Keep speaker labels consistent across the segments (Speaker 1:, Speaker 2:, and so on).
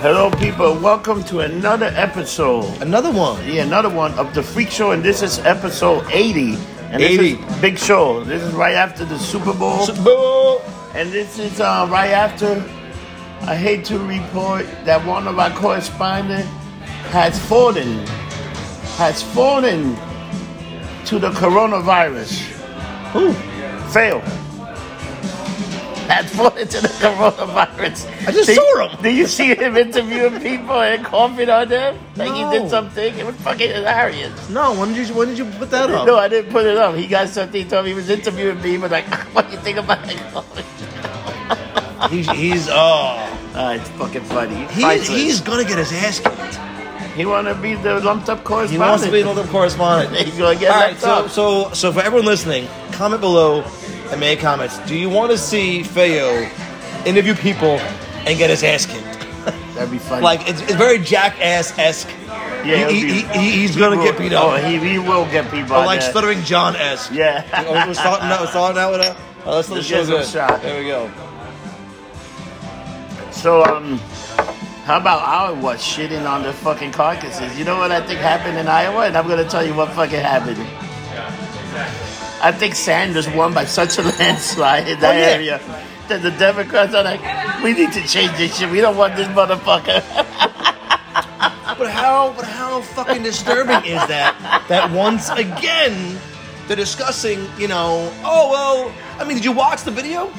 Speaker 1: Hello, people. Welcome to another episode.
Speaker 2: Another one.
Speaker 1: Yeah, another one of the Freak Show, and this is episode 80. And
Speaker 2: 80.
Speaker 1: This is big show. This is right after the Super Bowl.
Speaker 2: Boom.
Speaker 1: And this is uh, right after. I hate to report that one of our correspondents has fallen, has fallen to the coronavirus.
Speaker 2: Who?
Speaker 1: Fail. Has fallen to the coronavirus.
Speaker 2: I just
Speaker 1: Did-
Speaker 2: saw him.
Speaker 1: Did you see him interviewing people and coughing on them? Like he
Speaker 2: No.
Speaker 1: did something? It was fucking hilarious.
Speaker 2: No, when did you when did you put that up?
Speaker 1: No, I didn't put it up. He got something. He told me he was interviewing me. He was like, "What do you think about it?"
Speaker 2: He's he's uh
Speaker 1: Ah, it's fucking funny.
Speaker 2: he's, he's gonna get his ass kicked.
Speaker 1: he want to be the lumped up correspondent.
Speaker 2: He wants to be another correspondent.
Speaker 1: He's gonna get
Speaker 2: All right,
Speaker 1: lumped
Speaker 2: so
Speaker 1: up.
Speaker 2: so so for everyone listening, comment below and make comments. Do you want to see Feo interview people and get his ass kicked?
Speaker 1: That'd be funny.
Speaker 2: Like it's, it's very jackass esque.
Speaker 1: yeah,
Speaker 2: he,
Speaker 1: it'll
Speaker 2: he,
Speaker 1: be-
Speaker 2: he, he's gonna
Speaker 1: will-
Speaker 2: get beat
Speaker 1: Oh,
Speaker 2: up.
Speaker 1: he, he will get beat
Speaker 2: Or
Speaker 1: up.
Speaker 2: like Oh, stuttering John esque.
Speaker 1: Yeah.
Speaker 2: we're starting out. We're starting out with a. Uh, let's let the
Speaker 1: Let's
Speaker 2: show
Speaker 1: get some
Speaker 2: go.
Speaker 1: shot.
Speaker 2: There we go.
Speaker 1: So um, how about Iowa shitting on the fucking carcasses? You know what I think happened in Iowa, and I'm gonna tell you what fucking happened. I think Sanders won by such a landslide in that
Speaker 2: Oh, yeah.
Speaker 1: area that the Democrats are like, we need to change this shit. We don't want this motherfucker.
Speaker 2: But how but how fucking disturbing is that that once again they're discussing, you know, oh well, I mean, did you watch the video?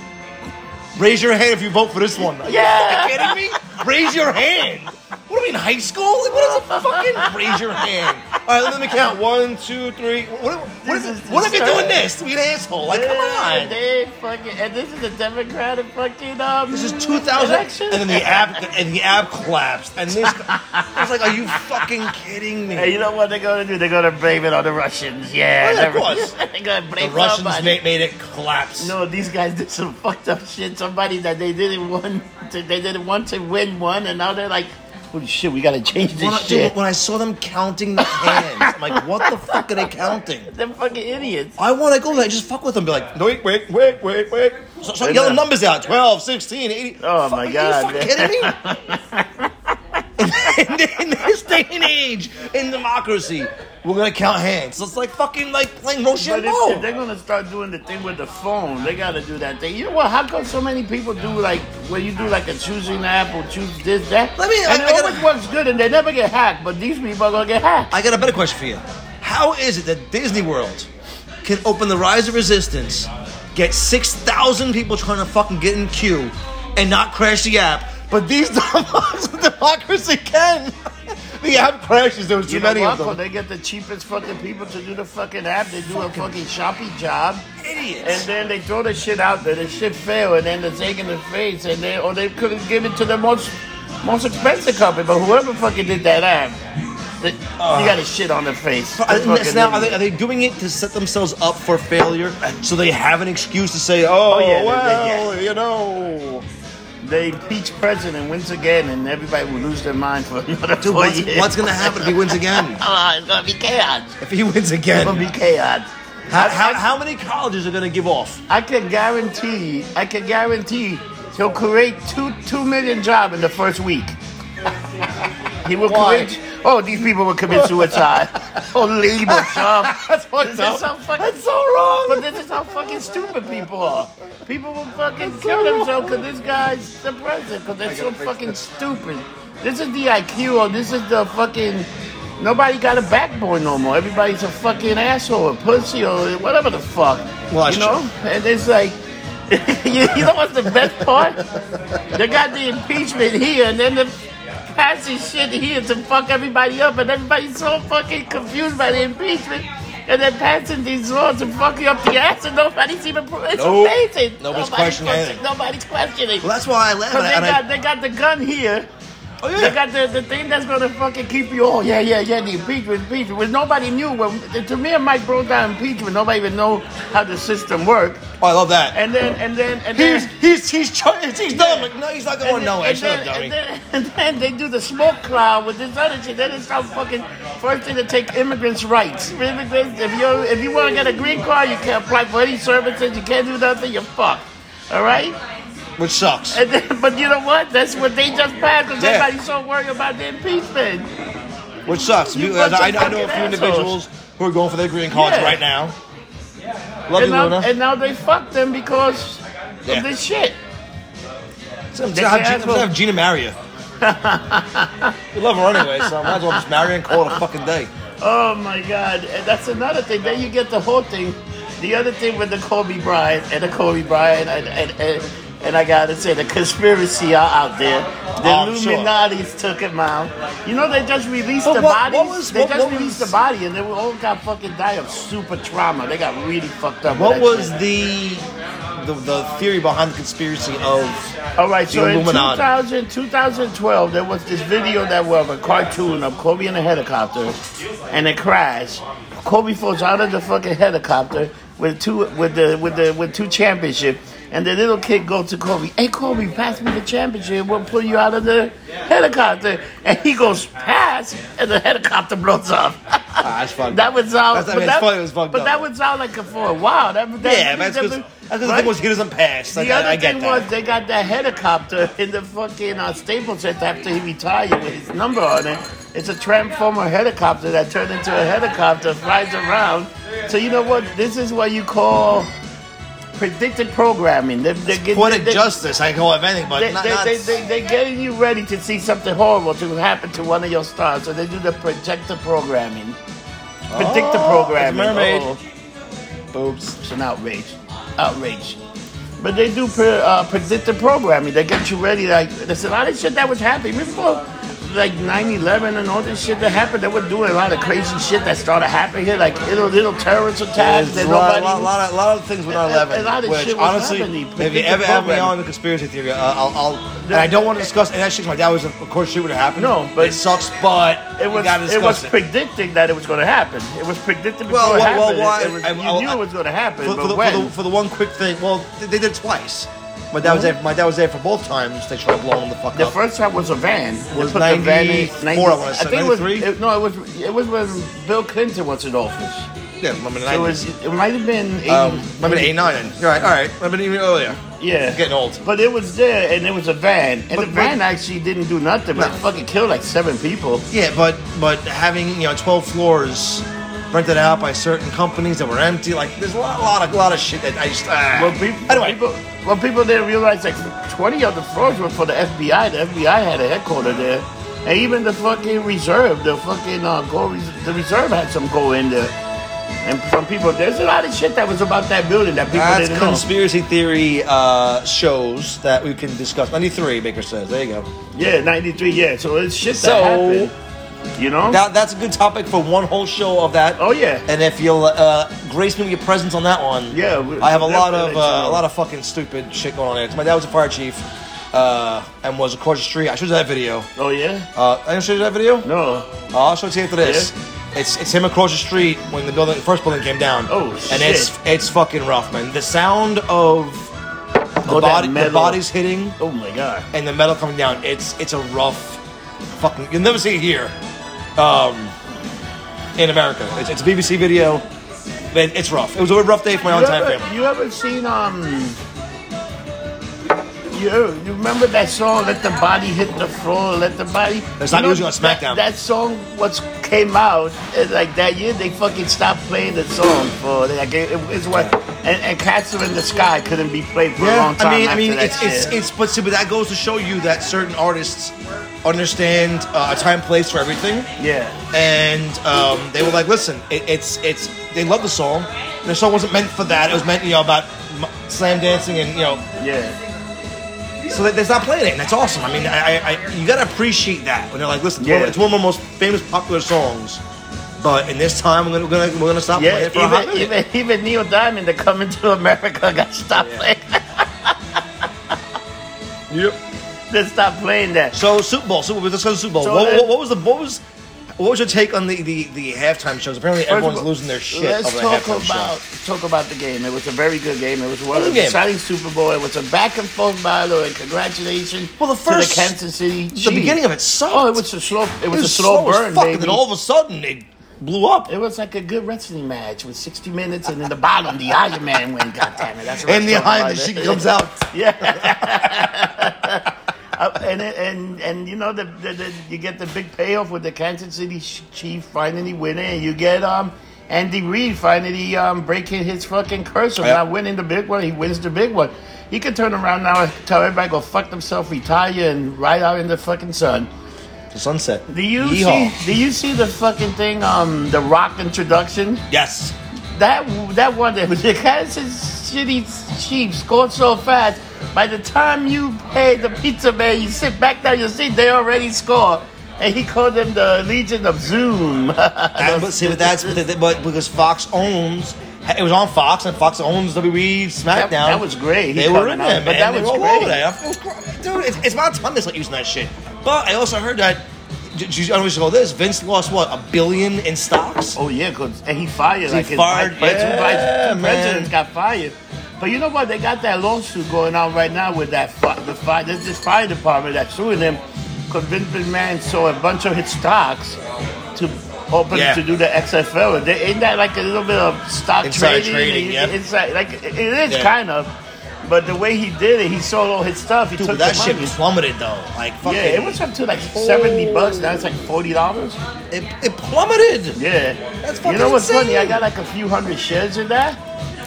Speaker 2: Raise your hand if you vote for this one. Are you
Speaker 1: Yeah.
Speaker 2: fucking kidding me? Raise your hand. What are we in high school? Like, what is a fucking raise your hand? All right, let me count. One, two, three. What, what,
Speaker 1: This
Speaker 2: is,
Speaker 1: is
Speaker 2: what if you're doing
Speaker 1: disturbing.
Speaker 2: this? We an asshole. Like, come on.
Speaker 1: They fucking, and this is a Democratic fucking um,
Speaker 2: This is 2000,
Speaker 1: election.
Speaker 2: and then the app and the app collapsed, and this. I was like, "Are you fucking kidding me?"
Speaker 1: Hey, you know what they're gonna do? They're gonna blame it on the Russians. Yeah,
Speaker 2: Oh, yeah, of
Speaker 1: they're-
Speaker 2: course.
Speaker 1: they're gonna
Speaker 2: The
Speaker 1: blame
Speaker 2: Russians
Speaker 1: somebody.
Speaker 2: made, made it collapse.
Speaker 1: No, these guys did some fucked up shit. Somebody that they didn't want, to, they didn't want to win one, and now they're like, "Holy shit, we gotta change this
Speaker 2: when I,
Speaker 1: shit."
Speaker 2: dude, when I saw them counting the hands, I'm like, what the fuck are they counting?
Speaker 1: they're fucking idiots.
Speaker 2: I want to go there, just fuck with them, be like, wait, wait, wait, wait, wait. So, so
Speaker 1: Wait a
Speaker 2: yelling
Speaker 1: minute.
Speaker 2: numbers out 12, 16, 80.
Speaker 1: Oh,
Speaker 2: Fuck,
Speaker 1: my
Speaker 2: are you
Speaker 1: God,
Speaker 2: fucking
Speaker 1: man.
Speaker 2: kidding me? in, in this day and age, in democracy, we're going to count hands. So it's like fucking like playing Rochambeau.
Speaker 1: But if, if they're gonna start doing the thing with the phone, they gotta do that thing. You know what? How come so many people do like when you do like a choosing app or choose this that?
Speaker 2: Let me-
Speaker 1: And
Speaker 2: I-
Speaker 1: it
Speaker 2: I gotta-
Speaker 1: always works good, and they never get hacked. But these people are gonna get hacked.
Speaker 2: I got a better question for you. How is it that Disney World can open the Rise of Resistance, get 6,000 people trying to fucking get in queue, and not crash the app, but these dumb-fucks with democracy can? the app crashes, there was too
Speaker 1: You know
Speaker 2: many
Speaker 1: what?
Speaker 2: of
Speaker 1: When
Speaker 2: them.
Speaker 1: they get the cheapest fucking people to do the fucking app. They do a fucking shoppy job, and
Speaker 2: Idiots.
Speaker 1: then they throw the shit out there. The shit fail, and then they're taking the face, and they or they couldn't give it to the most most expensive company. But whoever fucking did that app, they, you got a shit on the face.
Speaker 2: Uh, But I
Speaker 1: They're
Speaker 2: think that's
Speaker 1: fucking
Speaker 2: now, are, they,
Speaker 1: idiots.
Speaker 2: are they doing it to set themselves up for failure so they have an excuse to say, oh,
Speaker 1: yeah, they- they-
Speaker 2: well, you know.
Speaker 1: they impeach president once again, and everybody will lose their mind for another
Speaker 2: Dude,
Speaker 1: four
Speaker 2: what's,
Speaker 1: years.
Speaker 2: what's going to happen if he wins again?
Speaker 1: Oh, it's gonna be chaos.
Speaker 2: If he wins
Speaker 1: It's gonna
Speaker 2: again,
Speaker 1: be chaos.
Speaker 2: how, how, how many colleges are going to give off?
Speaker 1: I can guarantee, I can guarantee he'll create two two million job in the first week. He will
Speaker 2: Why?
Speaker 1: create. Oh, these people will commit suicide. oh, labor job.
Speaker 2: That's what
Speaker 1: This
Speaker 2: so-
Speaker 1: is so fucking.
Speaker 2: That's so wrong.
Speaker 1: But this is how fucking stupid people are. People will fucking kill themselves because this guy's the president because they're so fucking stupid. This is the IQ or this is the fucking. Nobody got a backbone no more. Everybody's a fucking asshole, a pussy, or whatever the fuck.
Speaker 2: Well,
Speaker 1: you
Speaker 2: that's
Speaker 1: know? And it's like. you, you know what's the best part? They got the impeachment here, and then the passing shit here to fuck everybody up, and everybody's so fucking confused by the impeachment, and they're passing these laws to fuck you up the ass, and nobody's even. It's
Speaker 2: Nope.
Speaker 1: amazing.
Speaker 2: Nobody's questioning
Speaker 1: fucking-
Speaker 2: anything.
Speaker 1: Nobody's questioning.
Speaker 2: Well, that's why I laugh.
Speaker 1: Because
Speaker 2: And
Speaker 1: they
Speaker 2: I,
Speaker 1: got they got the gun here.
Speaker 2: oh,
Speaker 1: They
Speaker 2: yeah.
Speaker 1: got the, the thing that's gonna fucking keep you. Oh yeah, yeah, yeah. The impeachment, impeachment. Which nobody knew. When, to me and Mike broke down impeachment. Nobody even know how the system worked.
Speaker 2: oh, I love that.
Speaker 1: And then and then and then.
Speaker 2: he's he's he's he's, he's dumb. Like, no, he's not going.
Speaker 1: And
Speaker 2: No,
Speaker 1: then-
Speaker 2: I
Speaker 1: and
Speaker 2: should have
Speaker 1: then- and
Speaker 2: done it.
Speaker 1: then, and then they do the smoke cloud with this other shit. Then it's some fucking first thing to take immigrants' rights. Immigrants, if you if you want to get a green card, you can't apply for any services. You can't do nothing. You're fucked. All right.
Speaker 2: which sucks.
Speaker 1: And then, but you know what? That's what they just passed because
Speaker 2: Yeah.
Speaker 1: everybody's so worried about the impeachment.
Speaker 2: Which sucks.
Speaker 1: You
Speaker 2: You-
Speaker 1: bunch of
Speaker 2: I, I know a
Speaker 1: fucking
Speaker 2: few
Speaker 1: assholes.
Speaker 2: individuals who are going for their green cards
Speaker 1: Yeah.
Speaker 2: right now. Love
Speaker 1: And
Speaker 2: you,
Speaker 1: now,
Speaker 2: Luna.
Speaker 1: and now they fucked them because
Speaker 2: Yeah.
Speaker 1: of this shit.
Speaker 2: So I'm
Speaker 1: They
Speaker 2: just have,
Speaker 1: can't
Speaker 2: Gina- I'm just have Gina marry you. you love her anyway, so I might as well just marry her and call it a fucking day.
Speaker 1: Oh my god, and that's another thing. Then you get the whole thing. The other thing with the Kobe Bryant and the Kobe Bryant and and, and, and I gotta say the conspiracy are out there. The
Speaker 2: Oh, I'm sure.
Speaker 1: Illuminati's took him out. You know they just released
Speaker 2: But
Speaker 1: the
Speaker 2: what- what
Speaker 1: body.
Speaker 2: was-
Speaker 1: they
Speaker 2: what-
Speaker 1: just
Speaker 2: what
Speaker 1: released
Speaker 2: was-
Speaker 1: the body, and they were all got fucking die of super trauma. They got really fucked up.
Speaker 2: What
Speaker 1: with
Speaker 2: was
Speaker 1: that
Speaker 2: the, the the theory behind the conspiracy of?
Speaker 1: shit. all right? So
Speaker 2: the
Speaker 1: in
Speaker 2: Illuminati?
Speaker 1: 2000, 2012, there was this video that was a cartoon of Kobe in a helicopter, and it crashed. Kobe falls out of the fucking helicopter with two with the with the with two championship, and the little kid go to Kobe. Hey Kobe, pass me the championship. We'll pull you out of the helicopter, and he goes pass, and the helicopter blows up.
Speaker 2: Ah, that's fucked
Speaker 1: That
Speaker 2: up.
Speaker 1: would sound,
Speaker 2: That's- I
Speaker 1: but
Speaker 2: mean, it's
Speaker 1: that,
Speaker 2: funny, it was fucked
Speaker 1: but
Speaker 2: up.
Speaker 1: that would sound like a four. Wow, that, that
Speaker 2: yeah, that's because
Speaker 1: that-
Speaker 2: the
Speaker 1: right?
Speaker 2: thing was he doesn't pass. Like,
Speaker 1: the other
Speaker 2: I, I get
Speaker 1: thing
Speaker 2: that.
Speaker 1: was they got that helicopter in the fucking uh, Staples Center after he retired with his number on it. It's a transformer helicopter that turned into a helicopter, flies around. So you know what? This is what you call predicted programming. They, they, get-
Speaker 2: Poetic
Speaker 1: they-
Speaker 2: justice. I can call it anything, but
Speaker 1: they,
Speaker 2: not,
Speaker 1: they,
Speaker 2: not-
Speaker 1: they, they, they're getting you ready to see something horrible to happen to one of your stars. So they do the projector programming. Predictor
Speaker 2: Oh,
Speaker 1: programming.
Speaker 2: it's mermaid.
Speaker 1: Oh. Boobs. It's an outrage. Outrage. But they do pre- uh, predictor programming. They get you ready. Like, there's a lot of shit that was happening before. Like 9 11 and all this shit that happened, they were doing a lot of crazy shit that started happening here, like little, little terrorist attacks.
Speaker 2: There's
Speaker 1: that
Speaker 2: a lot,
Speaker 1: nobody-
Speaker 2: lot, lot, of, lot of things with 9 11.
Speaker 1: A lot of
Speaker 2: which,
Speaker 1: shit was
Speaker 2: honestly,
Speaker 1: happening.
Speaker 2: if you
Speaker 1: Predictive
Speaker 2: ever have me
Speaker 1: programming.
Speaker 2: on the conspiracy theory, uh, I'll. I'll and I don't want to discuss any of that shit 'cause my dad was, of course, shit would have happened.
Speaker 1: No, but-
Speaker 2: it sucks, but
Speaker 1: It
Speaker 2: we
Speaker 1: was
Speaker 2: gotta
Speaker 1: it was
Speaker 2: discuss
Speaker 1: predicting that it was going to happen. It was predicted before
Speaker 2: Well,
Speaker 1: it
Speaker 2: well, well,
Speaker 1: happened.
Speaker 2: why-
Speaker 1: It was-
Speaker 2: I-
Speaker 1: you
Speaker 2: I-
Speaker 1: knew it was going to happen,
Speaker 2: for,
Speaker 1: but
Speaker 2: for, the,
Speaker 1: when?
Speaker 2: for, the, for the one quick thing, well, they, they did it twice. My dad was there. My dad was there for both times. They tried blowing the fuck
Speaker 1: The
Speaker 2: up.
Speaker 1: first time was a van. They
Speaker 2: Was
Speaker 1: put the van in-
Speaker 2: 94, I wanna say,
Speaker 1: it was
Speaker 2: 93?
Speaker 1: it- no, it was it was when Bill Clinton was in office.
Speaker 2: yeah, remember the
Speaker 1: It
Speaker 2: 90s.
Speaker 1: was it might have been 80,
Speaker 2: Um, remember the 89. then. You're right. All right. Remember even earlier.
Speaker 1: yeah,
Speaker 2: Getting old.
Speaker 1: But it was there, and it was a van, and the
Speaker 2: But- but-
Speaker 1: van actually didn't do nothing. But
Speaker 2: No.
Speaker 1: it fucking killed like seven people.
Speaker 2: Yeah, but but having you know 12 floors rented out by certain companies that were empty, like there's a lot, lot of lot of shit that I just. ah.
Speaker 1: Well, people,
Speaker 2: anyway,
Speaker 1: people, well, people didn't realize like twenty of the floors were for the FBI. The FBI had a headquarters there, and even the fucking reserve, the fucking uh, gold, res- the reserve had some go in there, and some people. There's a lot of shit that was about that building that people
Speaker 2: that's
Speaker 1: didn't
Speaker 2: conspiracy theory uh, shows that we can discuss. 93, Baker says. There you go.
Speaker 1: know. Yeah, ninety three. Yeah, so it's shit
Speaker 2: So-
Speaker 1: that happened. You know.
Speaker 2: That, that's a good topic for one whole show of that.
Speaker 1: oh yeah.
Speaker 2: And if you'll uh, grace me with your presence on that one,
Speaker 1: Yeah, we-
Speaker 2: I have a lot of
Speaker 1: definitely,
Speaker 2: uh,
Speaker 1: so.
Speaker 2: a lot of fucking stupid shit going on there. 'Cause My dad was a fire chief, uh, and was across the street. I showed you that video.
Speaker 1: oh yeah.
Speaker 2: Uh, I didn't show you that video.
Speaker 1: No.
Speaker 2: Uh, I'll show it to you after this. It's it's him across the street when the building the first building came down.
Speaker 1: Oh,
Speaker 2: And
Speaker 1: shit.
Speaker 2: it's it's fucking rough, man. The sound of the,
Speaker 1: Oh, that
Speaker 2: body, the
Speaker 1: metal.
Speaker 2: bodies hitting
Speaker 1: Oh my god.
Speaker 2: and the metal coming down. It's it's a rough fucking. You'll never see it here, um, in America. It's, it's a BBC video. It, it's rough. It was a rough day for my own
Speaker 1: You
Speaker 2: time
Speaker 1: ever,
Speaker 2: family.
Speaker 1: you ever seen um? You, you remember that song "Let the Body Hit the Floor"? Let the body.
Speaker 2: That's
Speaker 1: You
Speaker 2: not
Speaker 1: know,
Speaker 2: usually on SmackDown.
Speaker 1: That, that song what's came out uh, like that year. They fucking stopped playing the song for like it, it- it's what and, and "Castle in the Sky" couldn't be played for a long time.
Speaker 2: I mean, I
Speaker 1: after
Speaker 2: mean,
Speaker 1: that
Speaker 2: it's it's,
Speaker 1: shit.
Speaker 2: it's but see, but that goes to show you that certain artists understand uh, a time, place for everything.
Speaker 1: yeah.
Speaker 2: and um, they were like, "Listen, it, it's it's they love the song. The song wasn't meant for that. It was meant, you know, about m- slam dancing and you know."
Speaker 1: Yeah,
Speaker 2: So they, they stopped playing it, and that's awesome. I mean, I, I, I you gotta appreciate that when they're like, "Listen,
Speaker 1: Yeah.
Speaker 2: it's one of my most famous popular songs, but in this time, we're gonna we're gonna, we're gonna stop playing
Speaker 1: yeah.
Speaker 2: it for a hot
Speaker 1: Even,
Speaker 2: minute."
Speaker 1: even even Neil Diamond, the coming to America, got stopped playing.
Speaker 2: Yep.
Speaker 1: they stopped playing that.
Speaker 2: So Super Bowl, Super Bowl, let's go to Super Bowl.
Speaker 1: So
Speaker 2: what,
Speaker 1: then-
Speaker 2: what, what was the what was what was your take on the the, the halftime shows? Apparently,
Speaker 1: First of
Speaker 2: everyone's
Speaker 1: all,
Speaker 2: losing their shit.
Speaker 1: Let's
Speaker 2: over the
Speaker 1: talk
Speaker 2: halftime show.
Speaker 1: about talk about the game. It was a very good game. It was one
Speaker 2: Good
Speaker 1: of the
Speaker 2: game.
Speaker 1: exciting Super Bowl. It was a back and forth battle. And congratulations
Speaker 2: Well, the
Speaker 1: to the
Speaker 2: first-
Speaker 1: Kansas City.
Speaker 2: the beginning of it sucked.
Speaker 1: Oh, it was a slow. It was,
Speaker 2: It
Speaker 1: a slow
Speaker 2: as
Speaker 1: burn,
Speaker 2: fuck,
Speaker 1: baby.
Speaker 2: And then all of a sudden, it blew up.
Speaker 1: It was like a good wrestling match with 60 minutes, and in the bottom, the Iron Man win. God damn it, that's what
Speaker 2: And
Speaker 1: I'm talking
Speaker 2: behind
Speaker 1: about.
Speaker 2: the she comes out.
Speaker 1: Yeah. Uh, and, it- and and you know the, the, the you get the big payoff with the Kansas City sh- Chief finally winning, and you get um Andy Reid finally um breaking his fucking curse of
Speaker 2: Yeah.
Speaker 1: not winning the big one. He wins the big one. He could turn around now and tell everybody go fuck themselves, retire, and ride out in the fucking sun.
Speaker 2: The sunset.
Speaker 1: Do you
Speaker 2: Yeehaw.
Speaker 1: see? Do you see the fucking thing? Um, the Rock introduction.
Speaker 2: Yes.
Speaker 1: That that one that the Kansas City Chiefs scored so fast. By the time you pay the pizza man, you sit back down your seat. They already scored, and he called them the Legion of Zoom.
Speaker 2: And, but see, but that's but, but because Fox owns. It was on Fox, and Fox owns WWE SmackDown.
Speaker 1: That- that was great. He
Speaker 2: They were
Speaker 1: coming
Speaker 2: in
Speaker 1: out,
Speaker 2: there,
Speaker 1: but
Speaker 2: man.
Speaker 1: that
Speaker 2: They
Speaker 1: was
Speaker 2: were all
Speaker 1: great.
Speaker 2: over that. It was great. Dude, it's, it's Mount Sunday not using that shit. But I also heard that. d- d- I don't know what you call this. Vince lost what a billion in stocks.
Speaker 1: Oh yeah, 'cause- and he fired. like his
Speaker 2: fired,
Speaker 1: vice pres-
Speaker 2: yeah,
Speaker 1: vice- two
Speaker 2: man.
Speaker 1: presidents got fired. But you know what? They got that lawsuit going on right now with that fi- the fire. There's this fire department that's suing him because Vince McMahon sold a bunch of his stocks to open
Speaker 2: Yeah.
Speaker 1: to do the XFL. And they- Ain't that like a little bit of stock
Speaker 2: Inside
Speaker 1: trading?
Speaker 2: trading,
Speaker 1: And
Speaker 2: yep.
Speaker 1: Inside, like it it is
Speaker 2: Yeah.
Speaker 1: kind of. But the way he did it, he sold all his stuff. He
Speaker 2: Dude,
Speaker 1: took
Speaker 2: but that
Speaker 1: the
Speaker 2: shit
Speaker 1: money.
Speaker 2: plummeted though. Like fucking,
Speaker 1: yeah, it was up to like seventy bucks. Now it's like forty dollars.
Speaker 2: It, it plummeted.
Speaker 1: Yeah.
Speaker 2: That's
Speaker 1: You know
Speaker 2: fucking
Speaker 1: what's funny? I
Speaker 2: insane.
Speaker 1: got like a few hundred shares in that,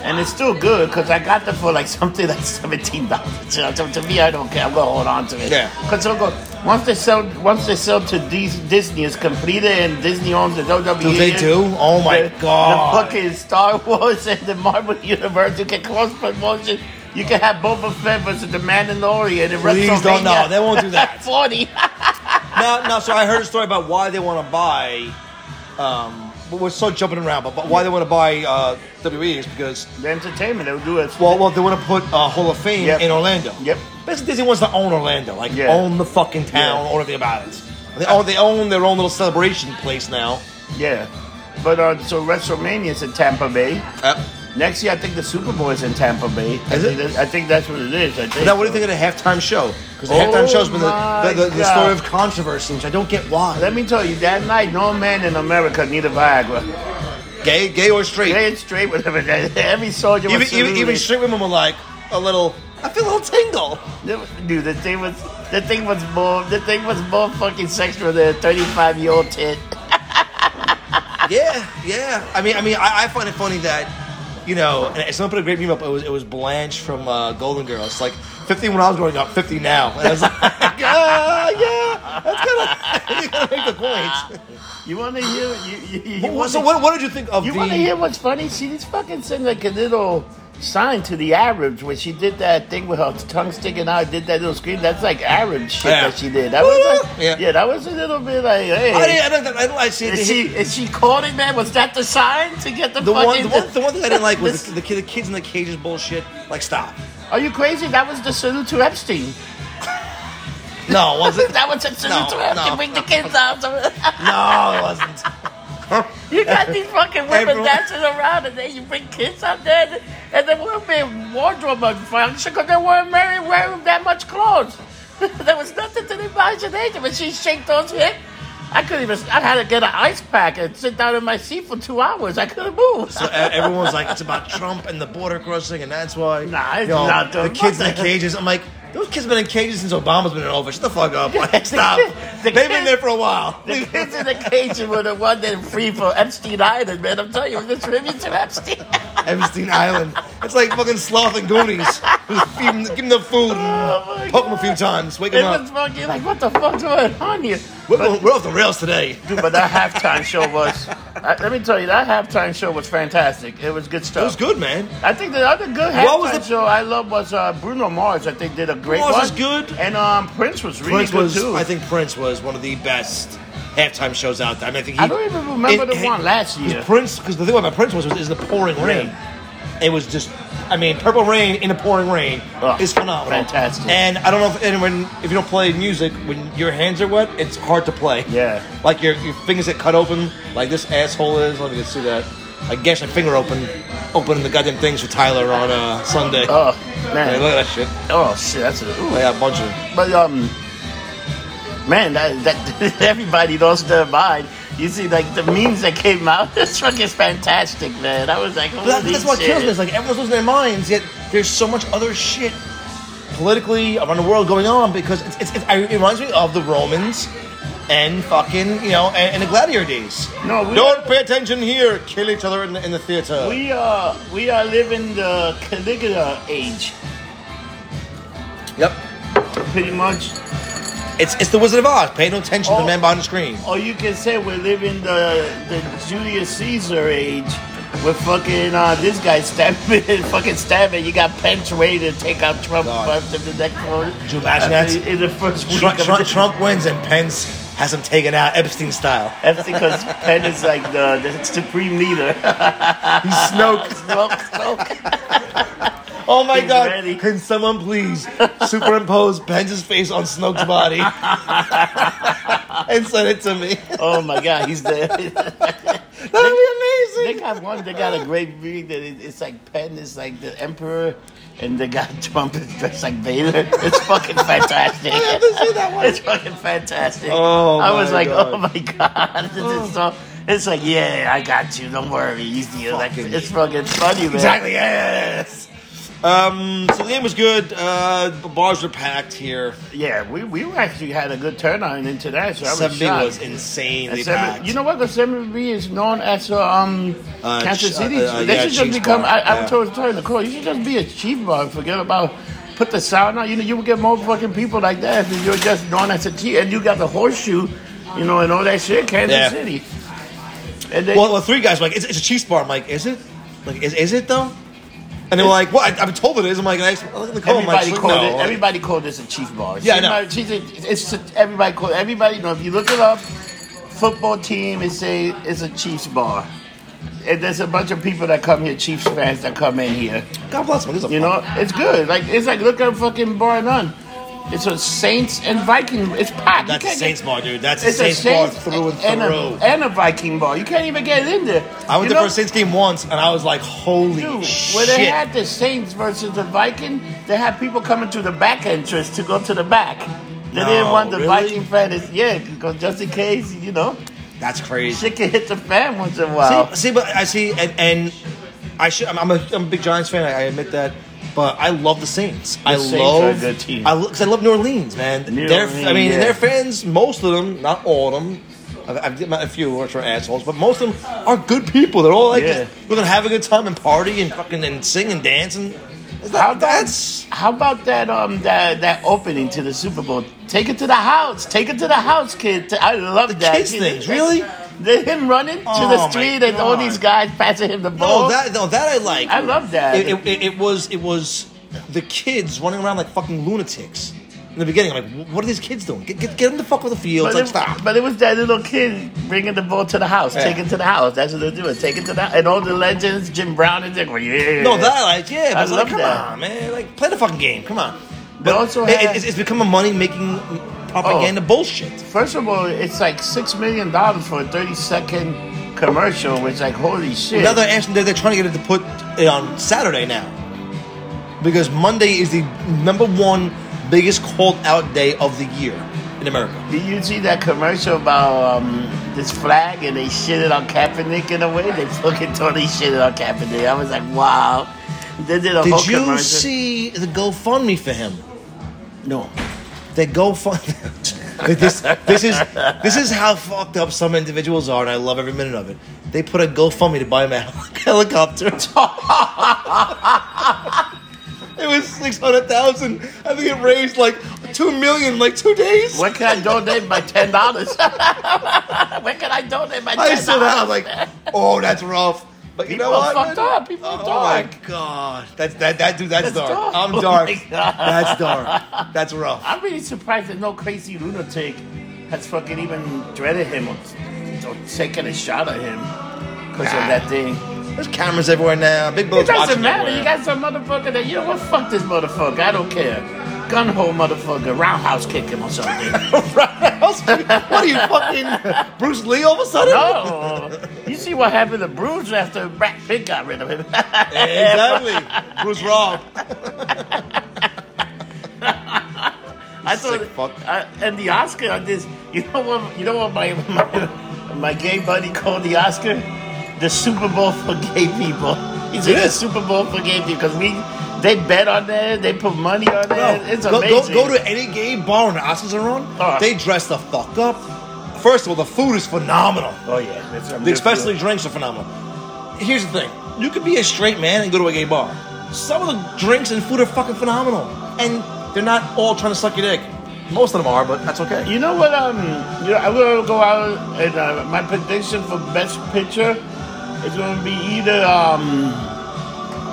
Speaker 1: and it's still good because I got them for like something like seventeen dollars. So to, to me, I don't care. I'm gonna hold on to it.
Speaker 2: Yeah.
Speaker 1: Because go once they sell once they sell to Dis- Disney, it's completed, and Disney owns the WWE.
Speaker 2: Do they do? Oh my
Speaker 1: the,
Speaker 2: god!
Speaker 1: The fucking Star Wars and the Marvel Universe. You can cross promotion. You can have Boba Fett versus the Mandalorian and
Speaker 2: Please
Speaker 1: WrestleMania.
Speaker 2: don't- no, they won't do that.
Speaker 1: Forty.
Speaker 2: no, no. So I heard a story about why they want to buy. Um, but we're so jumping around, but, but why they want to buy uh, WWE is because
Speaker 1: the entertainment. They will do it.
Speaker 2: well, well, they want to put uh, Hall of Fame
Speaker 1: Yep.
Speaker 2: in Orlando.
Speaker 1: Yep.
Speaker 2: Basically, Disney wants to own Orlando, like
Speaker 1: Yeah.
Speaker 2: own the fucking town,
Speaker 1: Yeah.
Speaker 2: own everything about it. They own, they own their own little celebration place now.
Speaker 1: Yeah. But uh, so WrestleMania's in Tampa Bay.
Speaker 2: Uh,
Speaker 1: Next year, I think the Super Bowl is in Tampa Bay. I
Speaker 2: Is
Speaker 1: think
Speaker 2: it?
Speaker 1: that- I think that's what it is. I think.
Speaker 2: now, what do you think of the halftime show? Because the
Speaker 1: Oh
Speaker 2: halftime show's been the,
Speaker 1: my
Speaker 2: the, the, the
Speaker 1: God.
Speaker 2: story of controversy, which I don't get why.
Speaker 1: Let me tell you, that night, no man in America needed Viagra.
Speaker 2: gay, gay or straight?
Speaker 1: They ain't straight, whatever. that- Every soldier was
Speaker 2: even, even, even
Speaker 1: saluted.
Speaker 2: straight women were like a little. I feel a little tingle.
Speaker 1: They- Dude, the thing was, the thing was more, the thing was more fucking sexual than a 35 year old tit.
Speaker 2: Yeah, yeah. I mean, I mean, I, I find it funny that you know, and someone put a great meme up. It was it was Blanche from uh, Golden Girls. Like fifty when I was growing up, fifty now. And I was like, yeah, yeah. That's kind of you gotta make the point.
Speaker 1: You want to hear? You, you, you
Speaker 2: But
Speaker 1: wanna-
Speaker 2: what- so what, what did you think of
Speaker 1: You
Speaker 2: the?
Speaker 1: want to hear what's funny? She just fucking sent like a little sign to the Arabs when she did that thing with her tongue sticking out, did that little scream. That's like Arab shit
Speaker 2: Yeah.
Speaker 1: that she did. That was like,
Speaker 2: Yeah.
Speaker 1: yeah. that was a little bit like, hey.
Speaker 2: I didn't. I didn't. I, didn't, I see the,
Speaker 1: is she is she calling man? Was that the sign to get the,
Speaker 2: the one,
Speaker 1: fucking?
Speaker 2: the one. The one thing I didn't like was
Speaker 1: This-
Speaker 2: the, the, kid- the kids in the cages bullshit. Like, stop.
Speaker 1: Are you crazy? That was the salute to Epstein.
Speaker 2: No, it wasn't.
Speaker 1: That was a salute
Speaker 2: No,
Speaker 1: to Epstein.
Speaker 2: no.
Speaker 1: Bring the kids out.
Speaker 2: No, it wasn't.
Speaker 1: you got these fucking women
Speaker 2: Everyone-
Speaker 1: dancing around, and then you bring kids out there, and they weren't being wardrobe function because they weren't married wearing that much clothes. there was nothing to the imagination. When she shake those hips, I couldn't even. I had to get an ice pack and sit down in my seat for two hours. I couldn't move.
Speaker 2: So e- everyone was like, it's about Trump and the border crossing, and that's why.
Speaker 1: Nah, it's
Speaker 2: you know,
Speaker 1: not the-
Speaker 2: the kids in the cages. I'm like, those kids been in cages since Obama's been in office. Shut the fuck up. Like, stop.
Speaker 1: The
Speaker 2: They've been
Speaker 1: kids-
Speaker 2: there for a while.
Speaker 1: the kids in the cage were the one that free for Epstein Island, man. I'm telling you, it's a tribute to Epstein.
Speaker 2: Epstein Island. It's like fucking sloth and goonies. Just feed 'em- give them the food.
Speaker 1: Oh, my
Speaker 2: and poke them a few times. Wake
Speaker 1: It
Speaker 2: them
Speaker 1: was
Speaker 2: up.
Speaker 1: fucking like, what the fuck's going on here?
Speaker 2: We're, going- we're off the rails today.
Speaker 1: Dude, but that halftime show was. I, let me tell you, that halftime show was fantastic. It was good stuff.
Speaker 2: It was good, man.
Speaker 1: I think the other good
Speaker 2: What was
Speaker 1: halftime
Speaker 2: the-
Speaker 1: show I love was uh, Bruno Mars. I think did a great
Speaker 2: Mars
Speaker 1: one.
Speaker 2: was good.
Speaker 1: and um, Prince was really
Speaker 2: Prince
Speaker 1: good
Speaker 2: was,
Speaker 1: too.
Speaker 2: I think Prince was one of the best halftime shows out there. I mean, I think he,
Speaker 1: I don't even remember the one last
Speaker 2: 'cause
Speaker 1: year.
Speaker 2: Prince, because the thing about Prince was, was is the pouring rain. It was just, I mean, Purple Rain in the pouring rain
Speaker 1: Oh,
Speaker 2: is phenomenal,
Speaker 1: fantastic.
Speaker 2: And I don't know if anyone, if you don't play music, when your hands are wet, it's hard to play.
Speaker 1: Yeah.
Speaker 2: like your your fingers get cut open, like this asshole is. Let me just see that. I guess my finger open, opening the goddamn things for Tyler on uh, Sunday.
Speaker 1: Oh
Speaker 2: Hey,
Speaker 1: man!
Speaker 2: look at that shit.
Speaker 1: Oh shit! That's a, ooh.
Speaker 2: I got a bunch of.
Speaker 1: But um, man, that, that everybody lost their mind. You see, like the memes that came out, this truck is fantastic, man. I was like, holy
Speaker 2: But that- that's what
Speaker 1: shit.
Speaker 2: kills me. It's like everyone's losing their minds, yet there's so much other shit politically around the world going on because it's, it's, it, it reminds me of the Romans and fucking, you know, and, and the gladiator days.
Speaker 1: No, we-
Speaker 2: Don't pay attention here. Kill each other in the, in the theater.
Speaker 1: We are we are living the Caligula age,
Speaker 2: yep.
Speaker 1: pretty much.
Speaker 2: It's, it's the Wizard of Oz. Pay no attention to
Speaker 1: Oh.
Speaker 2: the man behind the screen.
Speaker 1: Or you can say we're living the the Julius Caesar age. With fucking uh, this guy stabbing, fucking stabbing. You got Pence ready to take out Trump
Speaker 2: God.
Speaker 1: after the next one.
Speaker 2: you imagine that?
Speaker 1: in the first week?
Speaker 2: Trump,
Speaker 1: of
Speaker 2: Trump,
Speaker 1: the-
Speaker 2: Trump wins and Pence has him taken out Epstein style.
Speaker 1: That's because Penn is like the, the supreme leader.
Speaker 2: He's Snoke.
Speaker 1: Smoke, smoke.
Speaker 2: Oh my
Speaker 1: He's
Speaker 2: god.
Speaker 1: ready.
Speaker 2: Can someone please superimpose Pence's face on Snoke's body and send it to me?
Speaker 1: Oh my God, he's the.
Speaker 2: That'd be
Speaker 1: they
Speaker 2: amazing.
Speaker 1: got one. They got a great read that it, it's like Penn is like the emperor, and they got Trump is dressed like Vader. It's fucking fantastic.
Speaker 2: I have to see that one.
Speaker 1: It's fucking fantastic.
Speaker 2: Oh,
Speaker 1: I was
Speaker 2: my
Speaker 1: like,
Speaker 2: God.
Speaker 1: oh my god, this is so. It's like, yeah, I got you. Don't worry. He's the like,
Speaker 2: Fucking-
Speaker 1: It's fucking funny, man.
Speaker 2: Exactly, yes. Um, so the game was good. Uh, the bars were packed here.
Speaker 1: Yeah, we, we actually had a good turnout into that. So I was
Speaker 2: 7B
Speaker 1: shocked.
Speaker 2: was insanely
Speaker 1: And Sam-
Speaker 2: packed.
Speaker 1: you know what? Because Sam B is known as uh, um,
Speaker 2: Uh,
Speaker 1: Kansas
Speaker 2: ch-
Speaker 1: City.
Speaker 2: uh, uh,
Speaker 1: they
Speaker 2: yeah,
Speaker 1: should just
Speaker 2: Chiefs
Speaker 1: become.
Speaker 2: bar,
Speaker 1: I, I
Speaker 2: yeah.
Speaker 1: was told telling the call. You should just be a chief bar. and Forget about put the sound on. You know, you would get more fucking people like that if you're just known as a chief. And you got the horseshoe, you know, and all that shit. Kansas
Speaker 2: Yeah.
Speaker 1: City. And they,
Speaker 2: Well, well, three guys were like, it's, it's a Chiefs bar. I'm like, is it? Like, is, is it though? And they were like, well, I, I've been told it is. I'm like, I look at the code. I'm like,
Speaker 1: everybody
Speaker 2: no.
Speaker 1: called it. Everybody called this a chief bar.
Speaker 2: Yeah, I
Speaker 1: Chief
Speaker 2: know.
Speaker 1: bar- chief- it's it's- everybody called. Everybody, you know, if you look it up, football team is a is a Chiefs bar. And there's a bunch of people that come here, Chiefs fans that come in here.
Speaker 2: God bless them. This is a
Speaker 1: You know, it's good. Like it's like look at fucking bar none. It's a Saints and Viking. It's packed. You
Speaker 2: That's a
Speaker 1: can't get-
Speaker 2: Saints bar, dude. That's a
Speaker 1: It's
Speaker 2: Saints,
Speaker 1: a Saints
Speaker 2: bar through
Speaker 1: and,
Speaker 2: and, through.
Speaker 1: A, and a Viking bar. You can't even get in there.
Speaker 2: I went
Speaker 1: You
Speaker 2: to
Speaker 1: know-
Speaker 2: first Saints game once, and I was like, holy
Speaker 1: Dude,
Speaker 2: shit.
Speaker 1: where they had the Saints versus the Viking, they had people coming to the back entrance to go to the back. They didn't
Speaker 2: No,
Speaker 1: want the
Speaker 2: Oh, really?
Speaker 1: Viking fans, yeah, because just in case, you know,
Speaker 2: That's crazy. Uh,
Speaker 1: shit can hit the fan once in a while.
Speaker 2: See, see, but I see, and, and I should. I'm, I'm, a, I'm a big Giants fan. I, I admit that, but I love the Saints. I
Speaker 1: Saints
Speaker 2: love
Speaker 1: are a good team.
Speaker 2: I, lo- 'cause I love New Orleans, man.
Speaker 1: New
Speaker 2: They're- I
Speaker 1: Orleans,
Speaker 2: mean,
Speaker 1: yeah.
Speaker 2: their fans, most of them, not all of them. I've, I've met a few which are assholes, but most of them are good people. They're all like,
Speaker 1: Yeah.
Speaker 2: we're gonna have a good time and party and fucking and sing and dance and. It's
Speaker 1: How
Speaker 2: not,
Speaker 1: about-
Speaker 2: that's
Speaker 1: How about that um that that opening to the Super Bowl? Take it to the house. Take it to the house, kid. I love
Speaker 2: The
Speaker 1: that.
Speaker 2: kids things, really?
Speaker 1: They, him running to
Speaker 2: Oh, my
Speaker 1: the street and all
Speaker 2: God.
Speaker 1: these guys passing him the ball.
Speaker 2: no that no that I like.
Speaker 1: I love that.
Speaker 2: It, it, it, it was it was the kids running around like fucking lunatics in the beginning. I'm like, what are these kids doing? Get get, get them the fuck off the field.
Speaker 1: But
Speaker 2: like,
Speaker 1: it,
Speaker 2: stop.
Speaker 1: but it was that little kid bringing the ball to the house,
Speaker 2: Yeah.
Speaker 1: take it to the house. That's what they're doing, take it to the And all the legends, Jim Brown and Dick, well, yeah.
Speaker 2: No, that I like, yeah. But
Speaker 1: I
Speaker 2: it's like,
Speaker 1: love
Speaker 2: come
Speaker 1: that.
Speaker 2: on, man. Like, play the fucking game. Come on.
Speaker 1: They also
Speaker 2: It- it-
Speaker 1: had, Oh.
Speaker 2: it's, it's become a money making propaganda bullshit.
Speaker 1: first of all, it's like six million dollars for a thirty second commercial, which like holy shit.
Speaker 2: Now they're asking, they're, they're trying to get it to put it on Saturday now, because Monday is the number one biggest called out day of the year in America.
Speaker 1: Did you see that commercial about um, this flag and they shitted on Kaepernick in a way? They fucking totally shitted on Kaepernick. I was like, wow. They did a whole
Speaker 2: Did you
Speaker 1: commercial.
Speaker 2: see the GoFundMe for him?
Speaker 1: no.
Speaker 2: They go fund. this, this is this is how fucked up some individuals are, and I love every minute of it. They put a GoFundMe to buy him a helicopter. it was six hundred thousand. I think it raised like two million, like two days.
Speaker 1: Where can I donate my ten dollars? Where can I donate my ten
Speaker 2: I
Speaker 1: dollars?
Speaker 2: said that. I'm like, oh, that's rough. But you know
Speaker 1: People are
Speaker 2: what?
Speaker 1: fucked
Speaker 2: man?
Speaker 1: up. People are
Speaker 2: oh
Speaker 1: dark.
Speaker 2: my god, that's that that dude. That's,
Speaker 1: That's
Speaker 2: dark.
Speaker 1: dark.
Speaker 2: I'm
Speaker 1: Oh
Speaker 2: dark.
Speaker 1: my God.
Speaker 2: that's dark. That's rough.
Speaker 1: I'm really surprised that no crazy lunatic has fucking even dreaded him or, or taken a shot at him because of that thing.
Speaker 2: There's cameras everywhere now. Big
Speaker 1: It
Speaker 2: boats.
Speaker 1: doesn't
Speaker 2: Ah. watching
Speaker 1: matter.
Speaker 2: everywhere.
Speaker 1: You got some motherfucker that you know what? Fuck this motherfucker. I don't care. Gun hole motherfucker. Roundhouse kick him or something.
Speaker 2: Roundhouse? What are you fucking Bruce Lee all of a sudden?
Speaker 1: no. You see what happened to Bruce after Brad Pitt got rid of him.
Speaker 2: Exactly. Bruce Rob.
Speaker 1: I thought,
Speaker 2: Sick fuck.
Speaker 1: I, and the Oscar on this, you know what, you know what my my, my gay buddy called the Oscar the Super Bowl for gay people. He said
Speaker 2: Yeah.
Speaker 1: the Super Bowl for gay people because we they bet on that, they put money on that. it's
Speaker 2: go, go,
Speaker 1: amazing.
Speaker 2: go to any gay bar when the Oscars are on.
Speaker 1: Uh.
Speaker 2: They dress the fuck up. First of all, the food is phenomenal.
Speaker 1: oh yeah, it's a
Speaker 2: The especially drinks are phenomenal. Here's the thing: you could be a straight man and go to a gay bar. Some of the drinks and food are fucking phenomenal, and they're not all trying to suck your dick. Most of them are, but that's okay.
Speaker 1: You know what? Um, you know, I will go out and uh, my prediction for best picture is going to be either um,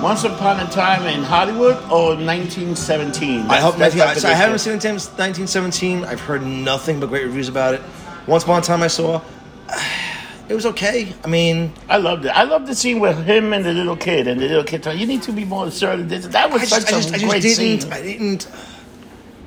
Speaker 1: Once Upon a Time in Hollywood or 1917.
Speaker 2: I
Speaker 1: That's-
Speaker 2: hope.
Speaker 1: that's my
Speaker 2: I, so I haven't
Speaker 1: prediction.
Speaker 2: seen it since 1917. I've heard nothing but great reviews about it. Once upon a time, I saw. It was okay. I mean,
Speaker 1: I loved it. I loved the scene with him and the little kid, and the little kid told you need to be more assertive. This- That was
Speaker 2: I
Speaker 1: such
Speaker 2: just,
Speaker 1: a
Speaker 2: I just, I just
Speaker 1: great
Speaker 2: didn't.
Speaker 1: scene.
Speaker 2: I didn't.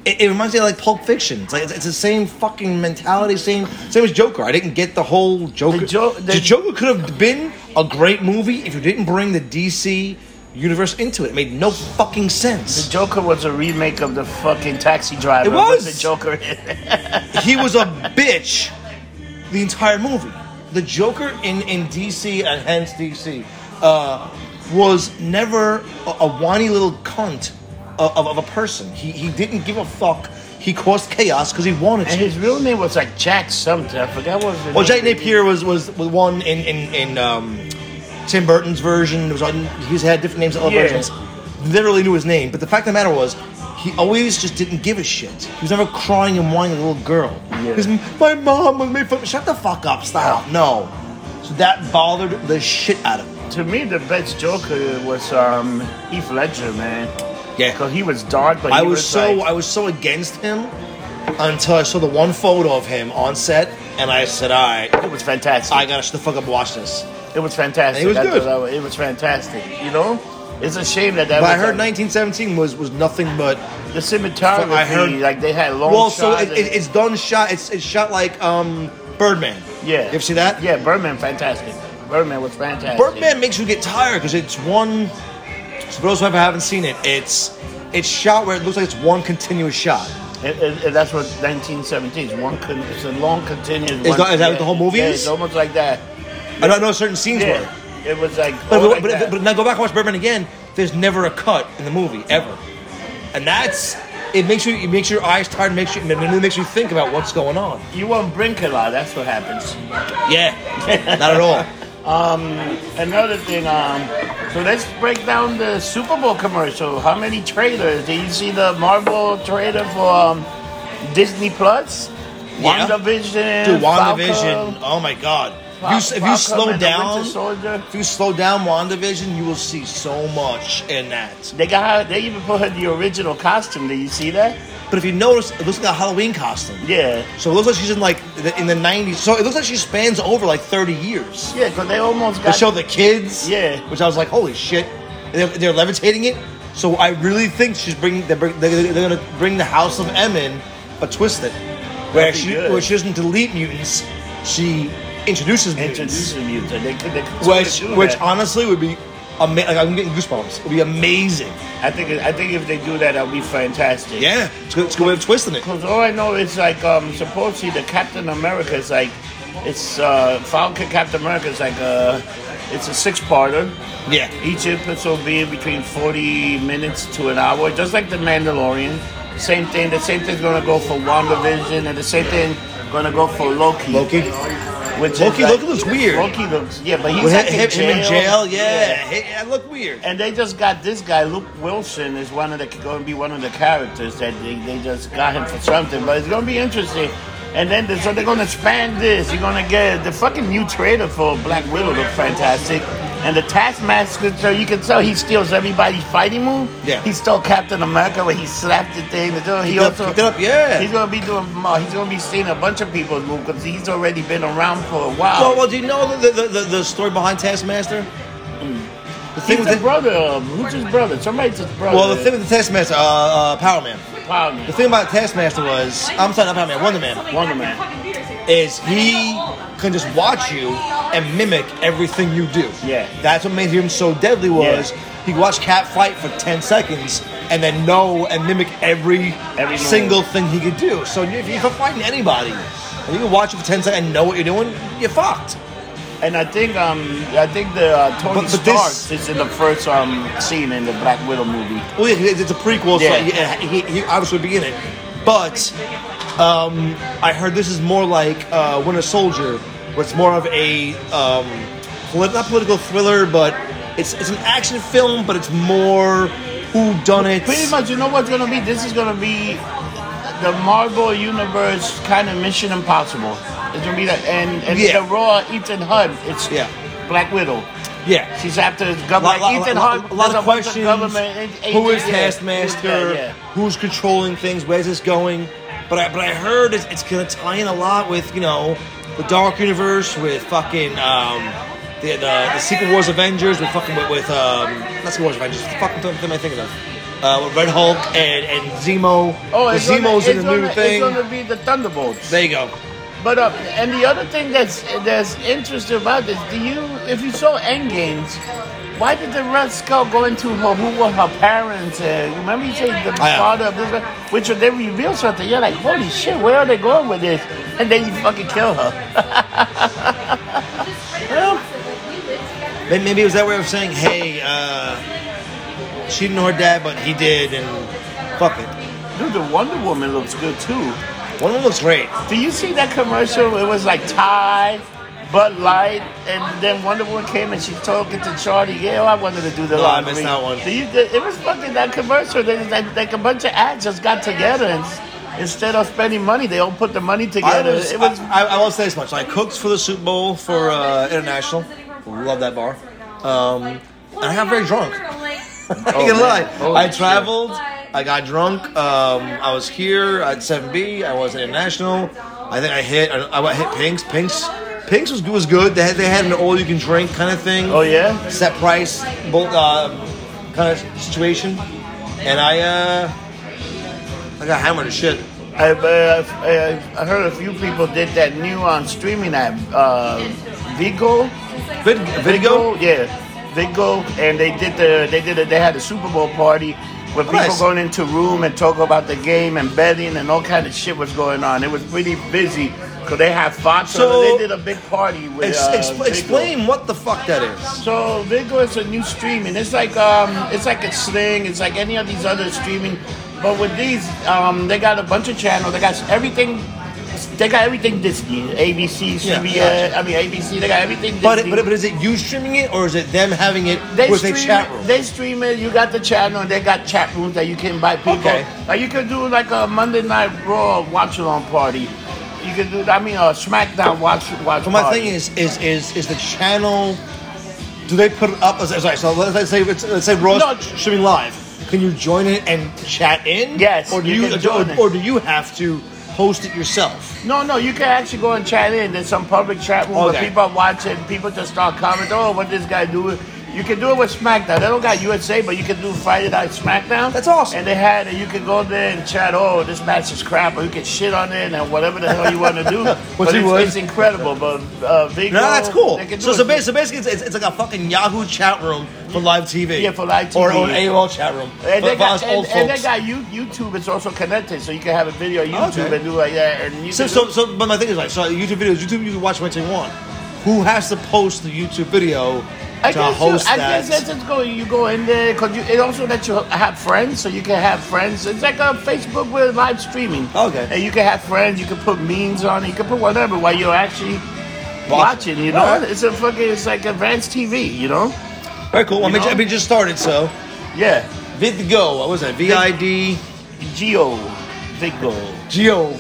Speaker 2: It, it reminds me of like Pulp Fiction. It's like it's, it's the same fucking mentality, same same as Joker. I didn't get the whole Joker.
Speaker 1: The Jo-
Speaker 2: the,
Speaker 1: the-
Speaker 2: Joker could have been a great movie if you didn't bring the DC universe into it. It made no fucking sense.
Speaker 1: Joker was a remake of the fucking Taxi Driver.
Speaker 2: It was.
Speaker 1: with the Joker. in it.
Speaker 2: he was a bitch the entire movie. The Joker in, in DC and hence DC uh, was never a, a whiny little cunt of, of, of a person. He, he didn't give a fuck. He caused chaos because he wanted
Speaker 1: and
Speaker 2: to.
Speaker 1: his real name was like Jack something. I forgot what. Was the
Speaker 2: Well, Jack
Speaker 1: name.
Speaker 2: Napier was was, was one in in, in um, Tim Burton's version. There was on, he's had different names in other
Speaker 1: Yeah.
Speaker 2: versions. Never really knew his name, but the fact of the matter was, he always just didn't give a shit. He was never crying and whining like a little girl.
Speaker 1: Yeah.
Speaker 2: His- my mom was made fun. Shut the fuck up, stop. No, so that bothered the shit out of me.
Speaker 1: To me, the best Joker was um, Heath Ledger, man.
Speaker 2: Yeah.
Speaker 1: because he was dark, but he
Speaker 2: I was so
Speaker 1: like-
Speaker 2: I was so against him until I saw the one photo of him on set, and I said, all right,
Speaker 1: it was fantastic.
Speaker 2: I gotta shut the fuck up and watch this.
Speaker 1: it was fantastic.
Speaker 2: It was
Speaker 1: I thought
Speaker 2: good.
Speaker 1: that was- it was fantastic. You know, it's a shame that that.
Speaker 2: But I
Speaker 1: was
Speaker 2: heard
Speaker 1: like,
Speaker 2: 1917 was was nothing but
Speaker 1: the cinematography.
Speaker 2: I heard-
Speaker 1: like they had long
Speaker 2: well, so
Speaker 1: shots.
Speaker 2: it,
Speaker 1: and-
Speaker 2: it, it's done shot. It's it's shot like um Birdman.
Speaker 1: yeah,
Speaker 2: you ever see that?
Speaker 1: Yeah, Birdman, fantastic. Birdman was fantastic.
Speaker 2: Birdman makes you get tired because it's one. For those who ever haven't seen it, it's it's shot where it looks like it's one continuous shot.
Speaker 1: And, and- and that's what 1917 is. One, con- it's a long continuous.
Speaker 2: Is
Speaker 1: one,
Speaker 2: that- is that what the whole movie
Speaker 1: yeah,
Speaker 2: is?
Speaker 1: It's almost like that.
Speaker 2: I don't know certain scenes were.
Speaker 1: Yeah, it was like.
Speaker 2: But,
Speaker 1: all
Speaker 2: but,
Speaker 1: like
Speaker 2: but,
Speaker 1: that.
Speaker 2: but now go back and watch Birdman again. There's never a cut in the movie ever, and that's it makes you it makes your eyes tired. Makes you it really makes you think about what's going on.
Speaker 1: you won't blink a lot. That's what happens.
Speaker 2: Yeah, not at all.
Speaker 1: Another thing, um, so let's break down the Super Bowl commercial. How many trailers? Did you see the Marvel trailer for um, Disney Plus?
Speaker 2: Yeah.
Speaker 1: WandaVision.
Speaker 2: Dude,
Speaker 1: Falco,
Speaker 2: WandaVision. Oh my God.
Speaker 1: Fal-
Speaker 2: If you, if you
Speaker 1: Falcon
Speaker 2: slow
Speaker 1: and the
Speaker 2: down,
Speaker 1: Winter Soldier.
Speaker 2: if you slow down WandaVision, you will see so much in that.
Speaker 1: They got her, they even put her in the original costume. Did you see that?
Speaker 2: But if you notice, it looks like a Halloween costume.
Speaker 1: Yeah.
Speaker 2: So it looks like she's in like the, in the '90s. So it looks like she spans over like 30 years.
Speaker 1: Yeah, because they almost
Speaker 2: They
Speaker 1: got.
Speaker 2: show the kids.
Speaker 1: Yeah.
Speaker 2: Which I was like, holy shit, they're, they're levitating it. So I really think she's bringing they're, bring- they're, they're gonna bring the House of M in, but twist it, where
Speaker 1: That'd be
Speaker 2: she
Speaker 1: good.
Speaker 2: where she doesn't delete mutants, she introduces mutants.
Speaker 1: introducing you to. They could, they could
Speaker 2: which
Speaker 1: do
Speaker 2: which
Speaker 1: that.
Speaker 2: honestly would be amazing. Like, I'm getting goosebumps. It would be amazing.
Speaker 1: I think I think if they do that, that'll be fantastic.
Speaker 2: Yeah, it's good. It's a good way of twisting it.
Speaker 1: Because all I know is like um supposedly the Captain America is like it's uh Falcon Captain America is like uh it's a six parter.
Speaker 2: Yeah,
Speaker 1: Each episode will be between forty minutes to an hour, just like the Mandalorian. Same thing, the same thing's gonna go for WandaVision and the same thing gonna go for Loki.
Speaker 2: Loki.
Speaker 1: Which is
Speaker 2: Loki- Loki looks weird.
Speaker 1: Loki looks yeah, but he's
Speaker 2: With
Speaker 1: like
Speaker 2: him,
Speaker 1: in jail.
Speaker 2: him in jail. Yeah, Hey, yeah. look weird.
Speaker 1: And they just got this guy, Luke Wilson, is one of the going to be one of the characters that they, they just got him for something. But it's going to be interesting. And then so they're going to expand this. You're going to get the fucking new trailer for Black Widow looks fantastic. And the Taskmaster, so you can tell he steals everybody's fighting move.
Speaker 2: Yeah.
Speaker 1: He stole Captain America when he slapped the thing. The door. He,
Speaker 2: Picked it up-
Speaker 1: also
Speaker 2: picked it up, yeah.
Speaker 1: He's gonna be doing. uh, He's gonna be seeing a bunch of people's move because he's already been around for a while.
Speaker 2: Oh, Well, well, do you know the the, the, the story behind Taskmaster? The thing
Speaker 1: he's
Speaker 2: with
Speaker 1: the
Speaker 2: the,
Speaker 1: brother. of who's his brother? Somebody's his brother.
Speaker 2: well, the thing with the Taskmaster, uh, uh, Power Man.
Speaker 1: Probably.
Speaker 2: The thing about Taskmaster was, I'm sorry, not Power Man, Wonder Man,
Speaker 1: Wonder Man.
Speaker 2: is he can just watch you and mimic everything you do.
Speaker 1: Yeah.
Speaker 2: That's what made him so deadly was he could watch Cat fight for 10 seconds and then know and mimic every,
Speaker 1: Every move.
Speaker 2: single thing he could do. So if you're fighting anybody, and you can watch it for ten seconds and know what you're doing, you're fucked.
Speaker 1: And I think um I think the uh, Tony
Speaker 2: But- but
Speaker 1: Stark
Speaker 2: this-
Speaker 1: is in the first um scene in the Black Widow movie.
Speaker 2: Well, yeah, 'cause it's a prequel,
Speaker 1: Yeah.
Speaker 2: so yeah, he, he obviously would be in it. But um, I heard this is more like uh, Winter Soldier, where it's more of a um, polit- not political thriller, but it's it's an action film, but it's more who done it.
Speaker 1: Pretty much, you know what's gonna be? This is gonna be the Marvel universe kind of Mission Impossible. It's gonna be that, and and
Speaker 2: Yeah.
Speaker 1: the raw Ethan Hunt. It's
Speaker 2: Yeah.
Speaker 1: Black Widow.
Speaker 2: Yeah.
Speaker 1: She's after government.
Speaker 2: Lot- lot-
Speaker 1: Ethan
Speaker 2: lot-
Speaker 1: Hunt.
Speaker 2: A lot
Speaker 1: there's
Speaker 2: of
Speaker 1: bunch
Speaker 2: questions.
Speaker 1: government ag-
Speaker 2: Who is
Speaker 1: agents, yeah.
Speaker 2: Taskmaster?
Speaker 1: Yeah,
Speaker 2: Who's controlling things? Where's this going? But I, but I heard it's, it's going to tie in a lot with you know the Dark Universe with fucking um, the, the the Secret Wars Avengers with fucking with, with um, not Secret Wars Avengers the fucking thing am I thinking of uh, with Red Hulk and and Zemo.
Speaker 1: Oh,
Speaker 2: The
Speaker 1: it's gonna,
Speaker 2: Zemo's
Speaker 1: it's,
Speaker 2: in the
Speaker 1: gonna,
Speaker 2: new thing.
Speaker 1: it's gonna be the Thunderbolts.
Speaker 2: There you go.
Speaker 1: But uh, and the other thing that's that's interesting about this, do you if you saw Endgames, why did the Red Skull go into her who were her parents? And remember you said the
Speaker 2: yeah.
Speaker 1: father of this, which they reveal something. You're like, holy shit, where are they going with this? And then you fucking kill her.
Speaker 2: May- Maybe it was that way of saying, hey, uh, she didn't know her dad, but he did, and fuck it.
Speaker 1: Dude, the Wonder Woman looks good too.
Speaker 2: One of them looks great.
Speaker 1: Do you see that commercial? It was like Thai, Bud Light, and then Wonder Woman came and she talking to Charlie. Yeah, I wanted to do the
Speaker 2: No, I
Speaker 1: lottery.
Speaker 2: missed that one.
Speaker 1: Do you, it was fucking that commercial. They, like, like a bunch of ads just got together and s- instead of spending money, they all put the money
Speaker 2: I
Speaker 1: together.
Speaker 2: was,
Speaker 1: it was.
Speaker 2: I, I will say this much: I cooked for the Super Bowl for uh, international. Love that bar. Um, and I got very drunk. I ain't gonna
Speaker 1: man.
Speaker 2: lie.
Speaker 1: Holy
Speaker 2: I
Speaker 1: shit.
Speaker 2: traveled. I got drunk. Um, I was here at 7B. I was at international. I think I hit. I, I hit Pink's. Pink's. Pink's was was good. They had, they had an all you can drink kind of thing.
Speaker 1: oh yeah.
Speaker 2: Set price, both uh, kind of situation. And I uh, I got hammered as shit.
Speaker 1: I, uh, I, I heard a few people did that new on streaming app, uh, Vigo.
Speaker 2: Vid- Vidigo.
Speaker 1: yeah, Vigo, and they did the they did a, they had a Super Bowl party with people
Speaker 2: Nice.
Speaker 1: going into room and talk about the game and betting and all kind of shit was going on. It was pretty busy because they had Fox, so,
Speaker 2: So-
Speaker 1: they did a big party with.
Speaker 2: Ex-
Speaker 1: uh,
Speaker 2: expl-
Speaker 1: Vigo.
Speaker 2: explain what the fuck that is.
Speaker 1: So Vigo is a new streaming. It's like um, it's like a Sling. It's like any of these other streaming, but with these, um, they got a bunch of channels. They got everything. They got everything Disney, ABC,
Speaker 2: Yeah,
Speaker 1: CBS.
Speaker 2: gotcha.
Speaker 1: I mean ABC. They got everything. Disney.
Speaker 2: But, but but is it you streaming it or is it them having it
Speaker 1: They
Speaker 2: with
Speaker 1: stream,
Speaker 2: a chat room?
Speaker 1: they stream it. You got the channel. They got chat rooms that you can buy people.
Speaker 2: Okay.
Speaker 1: Like you could do like a Monday Night Raw watch along party. You could do. I mean, a SmackDown watch watch.
Speaker 2: so my
Speaker 1: party.
Speaker 2: thing is is is is the channel? Do they put it up? as- Sorry, so let's let's say it's, let's say Raw's
Speaker 1: No.
Speaker 2: streaming live. Can you join it and chat in?
Speaker 1: Yes,
Speaker 2: Or do
Speaker 1: you
Speaker 2: you,
Speaker 1: can join
Speaker 2: or,
Speaker 1: it.
Speaker 2: or do you have to host it yourself?
Speaker 1: no, no. You can actually go and chat in. There's some public chat room
Speaker 2: Okay.
Speaker 1: where people are watching. People just start commenting. Oh, what this guy doing? You can do it with SmackDown. They don't got USA, but you can do Friday Night SmackDown.
Speaker 2: That's awesome.
Speaker 1: And they had it. You can go there and chat. Oh, this match is crap, or you can shit on it and whatever the hell you want to do. but
Speaker 2: you
Speaker 1: it's,
Speaker 2: would.
Speaker 1: it's incredible. But uh, Vigo,
Speaker 2: No, that's cool.
Speaker 1: they can do
Speaker 2: So, so,
Speaker 1: it.
Speaker 2: ba- so basically, it's, it's, it's like a fucking Yahoo chat room for live TV.
Speaker 1: Yeah, for live
Speaker 2: Or,
Speaker 1: TV.
Speaker 2: or an AOL chat room.
Speaker 1: And
Speaker 2: for,
Speaker 1: they,
Speaker 2: for
Speaker 1: got,
Speaker 2: us
Speaker 1: and,
Speaker 2: old
Speaker 1: and they
Speaker 2: folks.
Speaker 1: got you, YouTube. It's also connected, so you can have a video on YouTube
Speaker 2: Okay.
Speaker 1: and do like that. And you
Speaker 2: So,
Speaker 1: can
Speaker 2: so, so, but my thing is like, so YouTube videos, YouTube, you can watch what you want. Who has to post the YouTube video
Speaker 1: I
Speaker 2: to
Speaker 1: guess,
Speaker 2: host
Speaker 1: you, I
Speaker 2: that?
Speaker 1: guess that's just go. You go in there because it also lets you have friends, so you can have friends. It's like a Facebook with live streaming.
Speaker 2: Okay.
Speaker 1: and you can have friends. You can put memes on. it, You can put whatever while you're actually watching. You know,
Speaker 2: Alright.
Speaker 1: it's a fucking. It's like advanced TV. You know.
Speaker 2: Very cool. I
Speaker 1: you
Speaker 2: mean,
Speaker 1: know?
Speaker 2: I mean, just started. So,
Speaker 1: Yeah.
Speaker 2: VidGo. What was that? V I D
Speaker 1: Geo. Vigo.
Speaker 2: Geo.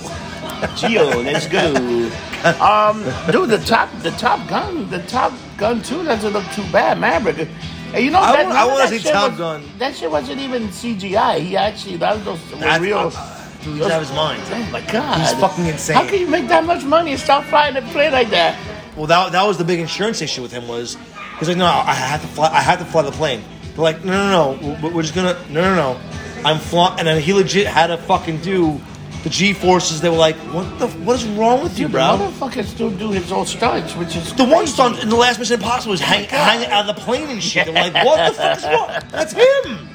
Speaker 1: Geo, let's go. Um, dude, the top, the Top Gun, the Top Gun two doesn't look too bad, Maverick. And you know
Speaker 2: I
Speaker 1: that,
Speaker 2: wa- I
Speaker 1: none of
Speaker 2: wanna
Speaker 1: that
Speaker 2: see
Speaker 1: shit
Speaker 2: Top
Speaker 1: was-
Speaker 2: Gun.
Speaker 1: That shit wasn't even CGI. He actually that was those were
Speaker 2: That's-
Speaker 1: real.
Speaker 2: uh, dude, he's out of his mind.
Speaker 1: Oh my god,
Speaker 2: He's fucking insane.
Speaker 1: How can you make that much money and stop flying a plane like that?
Speaker 2: Well, that, that was the big insurance issue with him was he's like, no, I have to fly. I have to fly the plane. They're like, no, no, no. We're, we're just gonna. No, no, no. I'm flying. And then he legit had to fucking do the G forces. They were like, what the? What is wrong with you,
Speaker 1: Dude, the
Speaker 2: bro?
Speaker 1: motherfucker still do his old stunts, which is
Speaker 2: The
Speaker 1: crazy.
Speaker 2: one
Speaker 1: Oh
Speaker 2: stunt in the last Mission Impossible was hang, hanging out of the plane and shit. They're like, what the fuck is wrong? That's him.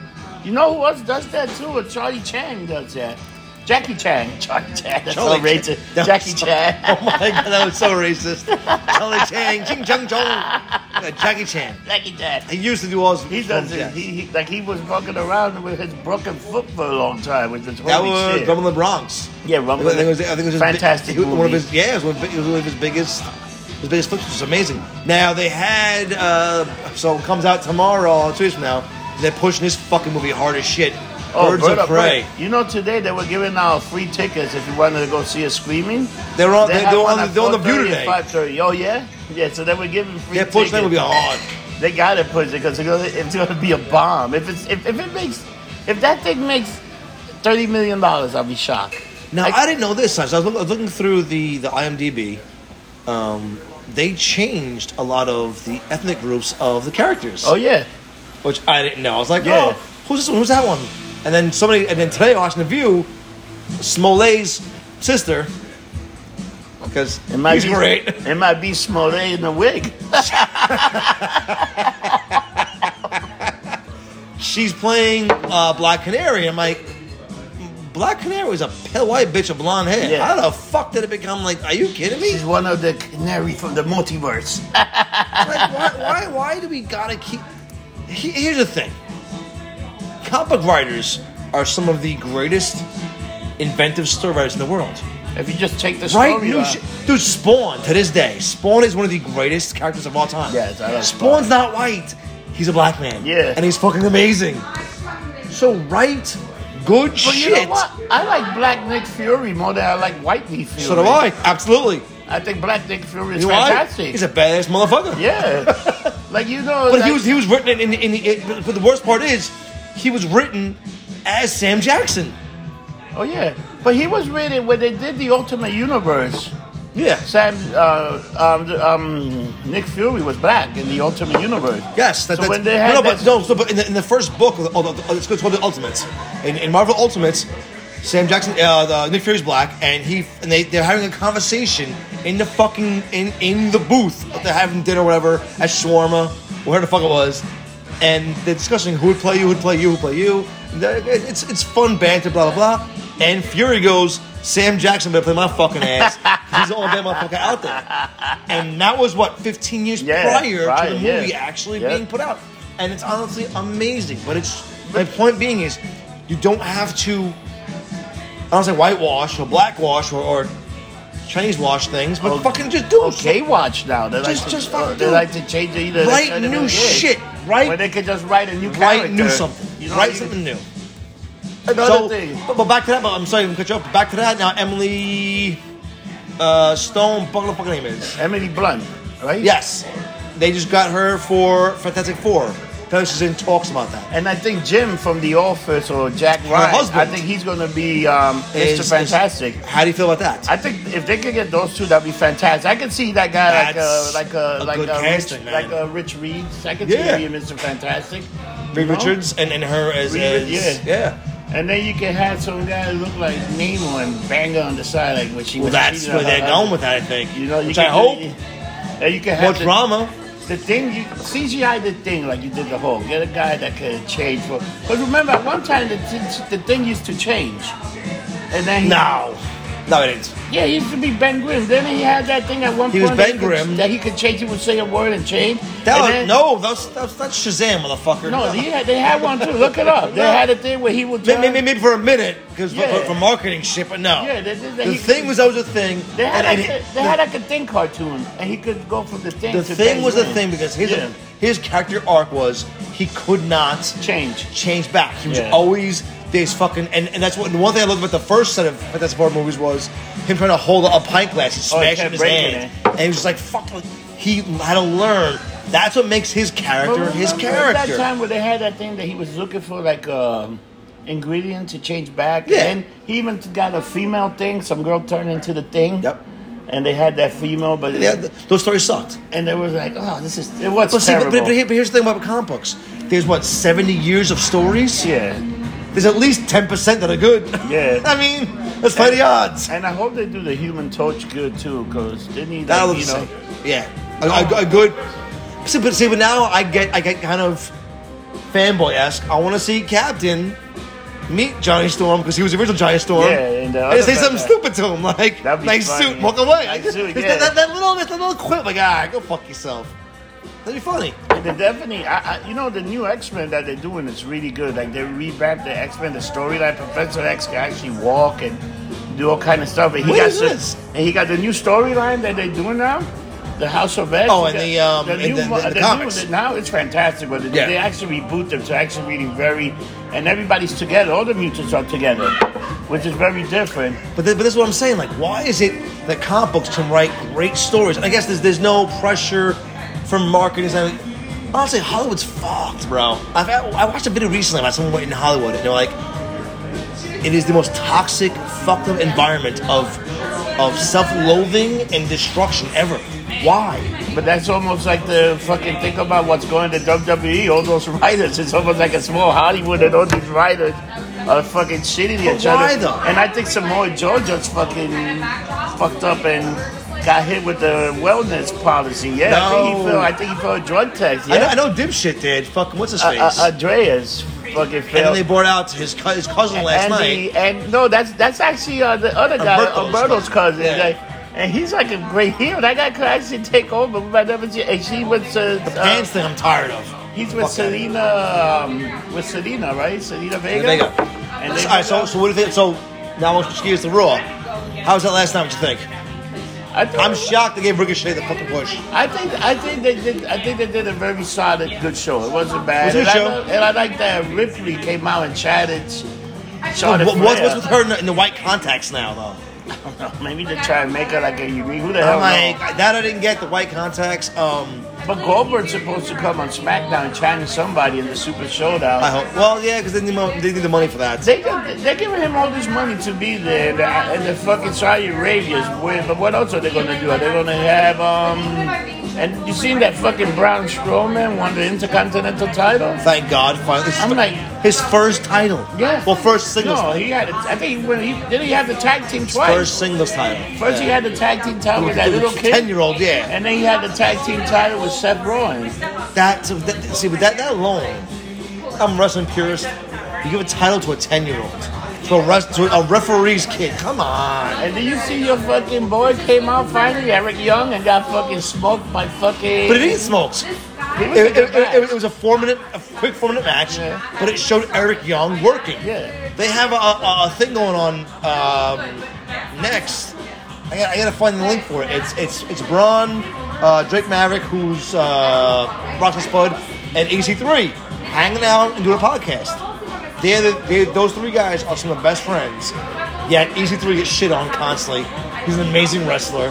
Speaker 1: You know who else does that too? Charlie Chang does that. Jackie Chan. Jackie Chan. That's
Speaker 2: Charlie
Speaker 1: so racist.
Speaker 2: Chan. That was
Speaker 1: Jackie
Speaker 2: so-
Speaker 1: Chan.
Speaker 2: Oh my god, that was so racist. Charlie Chan, Ching Chung Chong, Yeah, Uh, Jackie Chan.
Speaker 1: Jackie Chan.
Speaker 2: He used to do all his.
Speaker 1: He
Speaker 2: films,
Speaker 1: doesn't.
Speaker 2: yeah.
Speaker 1: He, he like he was walking around with his broken foot for a long time, which is
Speaker 2: that
Speaker 1: holy
Speaker 2: was
Speaker 1: shit.
Speaker 2: Rumble in the Bronx.
Speaker 1: yeah, Rumble.
Speaker 2: I think it was. I think it was his
Speaker 1: fantastic.
Speaker 2: Big, he was one of
Speaker 1: movie.
Speaker 2: his. Yeah, it was one of, it was one of his biggest. His biggest flips It was amazing. Now they had. Uh, so it comes out tomorrow, two weeks from now. They're pushing this fucking movie hard as shit.
Speaker 1: Oh,
Speaker 2: Birds
Speaker 1: Bird
Speaker 2: of Prey.
Speaker 1: You know, today they were giving out free tickets if you wanted to go see a screaming.
Speaker 2: They're on. They
Speaker 1: had
Speaker 2: are
Speaker 1: one
Speaker 2: on. the-
Speaker 1: at
Speaker 2: They're on the view
Speaker 1: 4:30 and
Speaker 2: today.
Speaker 1: 5:30. Oh yeah, yeah. So they were giving free.
Speaker 2: They're pushing that
Speaker 1: tickets.
Speaker 2: movie hard.
Speaker 1: They gotta push it because it's gonna, it's gonna be a bomb. If it's if, if it makes if that thing makes thirty million dollars, I'll be shocked.
Speaker 2: Now
Speaker 1: Like-
Speaker 2: I, didn't know this. So I was look- I was looking through the the IMDb. Um, they changed a lot of the ethnic groups of the characters,
Speaker 1: Oh yeah,
Speaker 2: which I didn't know. I was like,
Speaker 1: Yeah.
Speaker 2: oh, who's this one? Who's that one? And then somebody, and then today watching the View, Smollett's sister, because
Speaker 1: it might
Speaker 2: he's
Speaker 1: be
Speaker 2: great.
Speaker 1: It might be Smollett in a wig.
Speaker 2: She's playing uh, Black Canary. I'm like, Black Canary was a pale white bitch with blonde hair.
Speaker 1: Yeah.
Speaker 2: How the fuck did it become like? Are you kidding me?
Speaker 1: She's one of the canary from the multiverse.
Speaker 2: like, why, why, why do we gotta keep? He- Here's the thing: comic book writers are some of the greatest inventive story writers in the world.
Speaker 1: If you just take the story,
Speaker 2: Right? New
Speaker 1: out.
Speaker 2: shit. Dude, Spawn to this day, Spawn is one of the greatest characters of all time.
Speaker 1: Yes, I love
Speaker 2: Spawn's not white; he's a black man.
Speaker 1: Yeah.
Speaker 2: and he's fucking amazing. So write good
Speaker 1: But you
Speaker 2: shit.
Speaker 1: know what? I like Black Nick Fury more than I like White Nick Fury.
Speaker 2: So do I. Absolutely.
Speaker 1: I think Black Nick Fury is
Speaker 2: You know why?
Speaker 1: fantastic.
Speaker 2: He's a badass motherfucker.
Speaker 1: yeah, like you know,
Speaker 2: But
Speaker 1: like,
Speaker 2: he was he was written in, in, in the. It, but the worst part is, he was written as Sam Jackson.
Speaker 1: oh yeah, but he was really when they did the Ultimate Universe.
Speaker 2: Yeah.
Speaker 1: Sam, uh, um, um, Nick Fury was black in the Ultimate Universe.
Speaker 2: Yes. That,
Speaker 1: So
Speaker 2: that's,
Speaker 1: when they had
Speaker 2: no, no,
Speaker 1: that-
Speaker 2: but no, so, but in the, in the first book, of the, of the, it's called the Ultimates. In, in Marvel Ultimates, Sam Jackson, uh, the, Nick Fury's black, and he and they they're having a conversation in the fucking in in the booth. They're having dinner, or whatever, at Shawarma, where the fuck it was, and they're discussing who would play you, who would play you, who would play you. They're- It's it's fun banter, blah blah blah. And Fury goes, Sam Jackson better play my fucking ass. 'cause He's the only damn motherfucker out there. And that was what 15 years
Speaker 1: Yeah,
Speaker 2: prior
Speaker 1: right,
Speaker 2: to the
Speaker 1: yeah.
Speaker 2: movie actually
Speaker 1: Yeah.
Speaker 2: being put out. And it's honestly amazing. But it's my point being is you don't have to I don't say whitewash or blackwash or, or Chinese wash things, but
Speaker 1: Oh,
Speaker 2: fucking just do it.
Speaker 1: Okay, watch now. They
Speaker 2: Just-
Speaker 1: like to,
Speaker 2: just fucking
Speaker 1: uh, they
Speaker 2: do-
Speaker 1: like to change it either. they
Speaker 2: Write
Speaker 1: turn it
Speaker 2: new
Speaker 1: in a wig.
Speaker 2: shit. Write-
Speaker 1: When they could just write a new
Speaker 2: Write
Speaker 1: character.
Speaker 2: new something.
Speaker 1: You know,
Speaker 2: write
Speaker 1: you-
Speaker 2: something new.
Speaker 1: Another
Speaker 2: So,
Speaker 1: thing.
Speaker 2: but, but back to that. But I'm sorry, to cut you up. Back to that now. Emily uh, Stone, what the fucking name is?
Speaker 1: Emily Blunt, right?
Speaker 2: Yes, they just got her for Fantastic Four. Because she's in talks about that.
Speaker 1: And I think Jim from The Office or Jack Ryan,
Speaker 2: husband.
Speaker 1: I think he's going to be um, Mr.
Speaker 2: Is- is-
Speaker 1: Fantastic.
Speaker 2: how do you feel about that?
Speaker 1: I think if they could get those two, that'd be fantastic. I could see that guy
Speaker 2: That's
Speaker 1: like a
Speaker 2: a
Speaker 1: like a,
Speaker 2: good
Speaker 1: like a
Speaker 2: casting,
Speaker 1: Rich,
Speaker 2: man.
Speaker 1: like a Rich Reed. I could
Speaker 2: Yeah.
Speaker 1: see him being Mr. Fantastic.
Speaker 2: Reed
Speaker 1: you know?
Speaker 2: Richards and, and her as,
Speaker 1: Reed,
Speaker 2: as
Speaker 1: yeah. And then you can have some guy look like Nemo and bang her on the side like when she
Speaker 2: Well,
Speaker 1: was
Speaker 2: that's
Speaker 1: cheating
Speaker 2: where
Speaker 1: on
Speaker 2: they're
Speaker 1: her
Speaker 2: going
Speaker 1: husband.
Speaker 2: with that, I think.
Speaker 1: You know, you
Speaker 2: which
Speaker 1: can
Speaker 2: I hope.
Speaker 1: And you can
Speaker 2: More
Speaker 1: have the-
Speaker 2: drama.
Speaker 1: The thing you CGI the thing like you did the whole get a guy that could change for. But remember, at one time the, th- the thing used to change, and then he,
Speaker 2: No, no, it ain't.
Speaker 1: yeah, he used to be Ben Grimm. Then he had that thing at one
Speaker 2: He was
Speaker 1: point. that
Speaker 2: Ben
Speaker 1: could-
Speaker 2: Grimm.
Speaker 1: that he could change. He would say a word and change.
Speaker 2: That
Speaker 1: and
Speaker 2: was,
Speaker 1: then-
Speaker 2: no, that's that's that's Shazam, motherfucker.
Speaker 1: no, he had, they had one too. Look it up. They
Speaker 2: No.
Speaker 1: had a thing where he would.
Speaker 2: May- may- may-
Speaker 1: turn-
Speaker 2: maybe, for a minute because for,
Speaker 1: Yeah.
Speaker 2: for marketing shit, but no.
Speaker 1: Yeah, they did that.
Speaker 2: the
Speaker 1: He-
Speaker 2: thing was that was a thing.
Speaker 1: They had,
Speaker 2: and-
Speaker 1: like,
Speaker 2: and-
Speaker 1: a, they had like a thing cartoon, and he could go from the thing.
Speaker 2: the
Speaker 1: to
Speaker 2: thing
Speaker 1: Ben
Speaker 2: was the
Speaker 1: Grimm.
Speaker 2: thing because his
Speaker 1: Yeah.
Speaker 2: his character arc was he could not
Speaker 1: change.
Speaker 2: change back. He was
Speaker 1: Yeah.
Speaker 2: always this fucking and, and that's what the one thing I loved about the first set of Fantastic Four movies was him trying to hold a pint glass and
Speaker 1: Oh, he
Speaker 2: smash it
Speaker 1: kept
Speaker 2: in his
Speaker 1: breaking
Speaker 2: hand. And he was just like, fuck like, he had to learn. That's what makes his character
Speaker 1: But
Speaker 2: his
Speaker 1: remember at
Speaker 2: character.
Speaker 1: That time where they had that thing that he was looking for, like um, ingredient to change back.
Speaker 2: Yeah.
Speaker 1: And then he even got a female thing. Some girl turned into the thing.
Speaker 2: Yep.
Speaker 1: And they had that female, but
Speaker 2: yeah, th- those stories sucked.
Speaker 1: and they was like, oh, this is it was
Speaker 2: But, see, but,
Speaker 1: terrible.
Speaker 2: but, but here- but here's the thing about comic books. There's what, 70 years of stories?
Speaker 1: yeah.
Speaker 2: There's at least 10% that are good.
Speaker 1: Yeah.
Speaker 2: I mean, let's play the odds.
Speaker 1: And I hope they do the Human Torch good too, because they need
Speaker 2: That
Speaker 1: like,
Speaker 2: looks
Speaker 1: you know.
Speaker 2: Yeah, a, a- a good. See, but see, but now I get I get kind of fanboy esque. I want to see Captain meet Johnny Storm because he was the original Johnny Storm.
Speaker 1: Yeah, and, uh,
Speaker 2: and say something
Speaker 1: that-
Speaker 2: stupid to him like
Speaker 1: That'd be
Speaker 2: nice
Speaker 1: funny.
Speaker 2: suit, walk away. I
Speaker 1: Nice
Speaker 2: just,
Speaker 1: suit,
Speaker 2: it's that-
Speaker 1: yeah.
Speaker 2: that, that little, that little quip, like ah, go fuck yourself. That'd be funny.
Speaker 1: The definitely, I, I, you know, the new X Men that they're doing is really good. Like they revamped the X Men, the storyline. Professor X can actually walk and do all kind of stuff. And he
Speaker 2: What
Speaker 1: got
Speaker 2: is
Speaker 1: the-
Speaker 2: this?
Speaker 1: And he got the new storyline that they're doing now. The House of X.
Speaker 2: Oh,
Speaker 1: He got-
Speaker 2: and the, um, and the-
Speaker 1: mo-
Speaker 2: the- the
Speaker 1: new-
Speaker 2: comics.
Speaker 1: now it's fantastic, but they,
Speaker 2: Yeah.
Speaker 1: they actually reboot them to actually really very, and everybody's together. All the mutants are together, which is very different.
Speaker 2: But, th- but that's what I'm saying. Like, why is it that comic books can write great stories? I guess there's, there's no pressure from marketing. I mean, honestly, Hollywood's fucked, bro. I've, I watched a video recently about someone in Hollywood, and they're like, it is the most toxic, fucked up environment of of self-loathing and destruction ever. Why?
Speaker 1: But that's almost like the fucking think about what's going to WWE. All those writers, it's almost like a small Hollywood, and all these writers are fucking shitty to
Speaker 2: But
Speaker 1: each other.
Speaker 2: why, though?
Speaker 1: And I think Samoa Joe just fucking fucked up and got hit with the wellness policy. Yeah, I think he
Speaker 2: No.
Speaker 1: fell. I think he fell a drug test. Yeah,
Speaker 2: I, know, I know dipshit did. Fucking what's his face?
Speaker 1: Uh, uh, Andreas fucking
Speaker 2: and then
Speaker 1: failed.
Speaker 2: they brought out his cu- his cousin last
Speaker 1: and
Speaker 2: night.
Speaker 1: the- and no, that's that's actually uh, the other guy,
Speaker 2: Umberto's
Speaker 1: Umberto's, cousin.
Speaker 2: cousin, yeah.
Speaker 1: Like, and he's like a great heel. That guy could actually take over. We might never see. And she went to uh,
Speaker 2: Pants thing I'm tired of.
Speaker 1: He's with
Speaker 2: Fuck that.
Speaker 1: Selena, um, with Selena, right? Selena Vega.
Speaker 2: Vega.
Speaker 1: And they,
Speaker 2: All right, so, so what do you think? So now let's excuse the Raw. How was that last time? What you think?
Speaker 1: I think,
Speaker 2: I'm shocked they gave Ricochet the fucking push.
Speaker 1: I think I think they did. I think they did a very solid, good show. It wasn't bad.
Speaker 2: It was
Speaker 1: and,
Speaker 2: a good
Speaker 1: I,
Speaker 2: show.
Speaker 1: lo- and I like that Ripley came out and chatted. Charlotte
Speaker 2: What, what's, what's
Speaker 1: Flair. Oh,
Speaker 2: with her in the, in the white contacts now, though?
Speaker 1: Maybe they try and make her like a unique. Who the hell?
Speaker 2: I'm like,
Speaker 1: knows?
Speaker 2: that I didn't get the white contacts. Um,
Speaker 1: But Goldberg's supposed to come on SmackDown and challenge somebody in the Super Showdown.
Speaker 2: I hope. Well, yeah, because they need mo- they need the money for that.
Speaker 1: They give- they're giving him all this money to be there, and, the- and the fucking Saudi Arabia's weird. But what else are they gonna do? Are they gonna have um? And you seen that fucking Brown Strowman won the Intercontinental title?
Speaker 2: Thank God, finally. This is
Speaker 1: I'm
Speaker 2: the-
Speaker 1: like-
Speaker 2: his first title.
Speaker 1: Yeah.
Speaker 2: Well, first singles.
Speaker 1: No, he had. I think he, won, he did. He have the tag team twice.
Speaker 2: first
Speaker 1: First,
Speaker 2: singles title.
Speaker 1: he had the tag team title with that little
Speaker 2: Ten
Speaker 1: kid,
Speaker 2: year old, yeah.
Speaker 1: and then he had the tag team title with Seth Rollins.
Speaker 2: That's that, see, with that that alone, I'm a wrestling purist. You give a title to a ten year old, to a rest, to a referee's kid. Come on.
Speaker 1: And did you see your fucking boy came out finally, Eric Young, and got fucking smoked by fucking.
Speaker 2: But it ain't smoked.
Speaker 1: He was
Speaker 2: It,
Speaker 1: in the
Speaker 2: it, it,
Speaker 1: back.
Speaker 2: it was a four minute, a quick four minute match,
Speaker 1: Yeah.
Speaker 2: but it showed Eric Young working.
Speaker 1: Yeah.
Speaker 2: They have a, a, a thing going on um, next. I gotta, I gotta find the link for it. It's it's it's Braun, uh, Drake Maverick, who's uh, Roxy Spud, and EC3 hanging out and doing a podcast. They're the, they those three guys are some of the best friends. Yet EC3 gets shit on constantly. He's an amazing wrestler.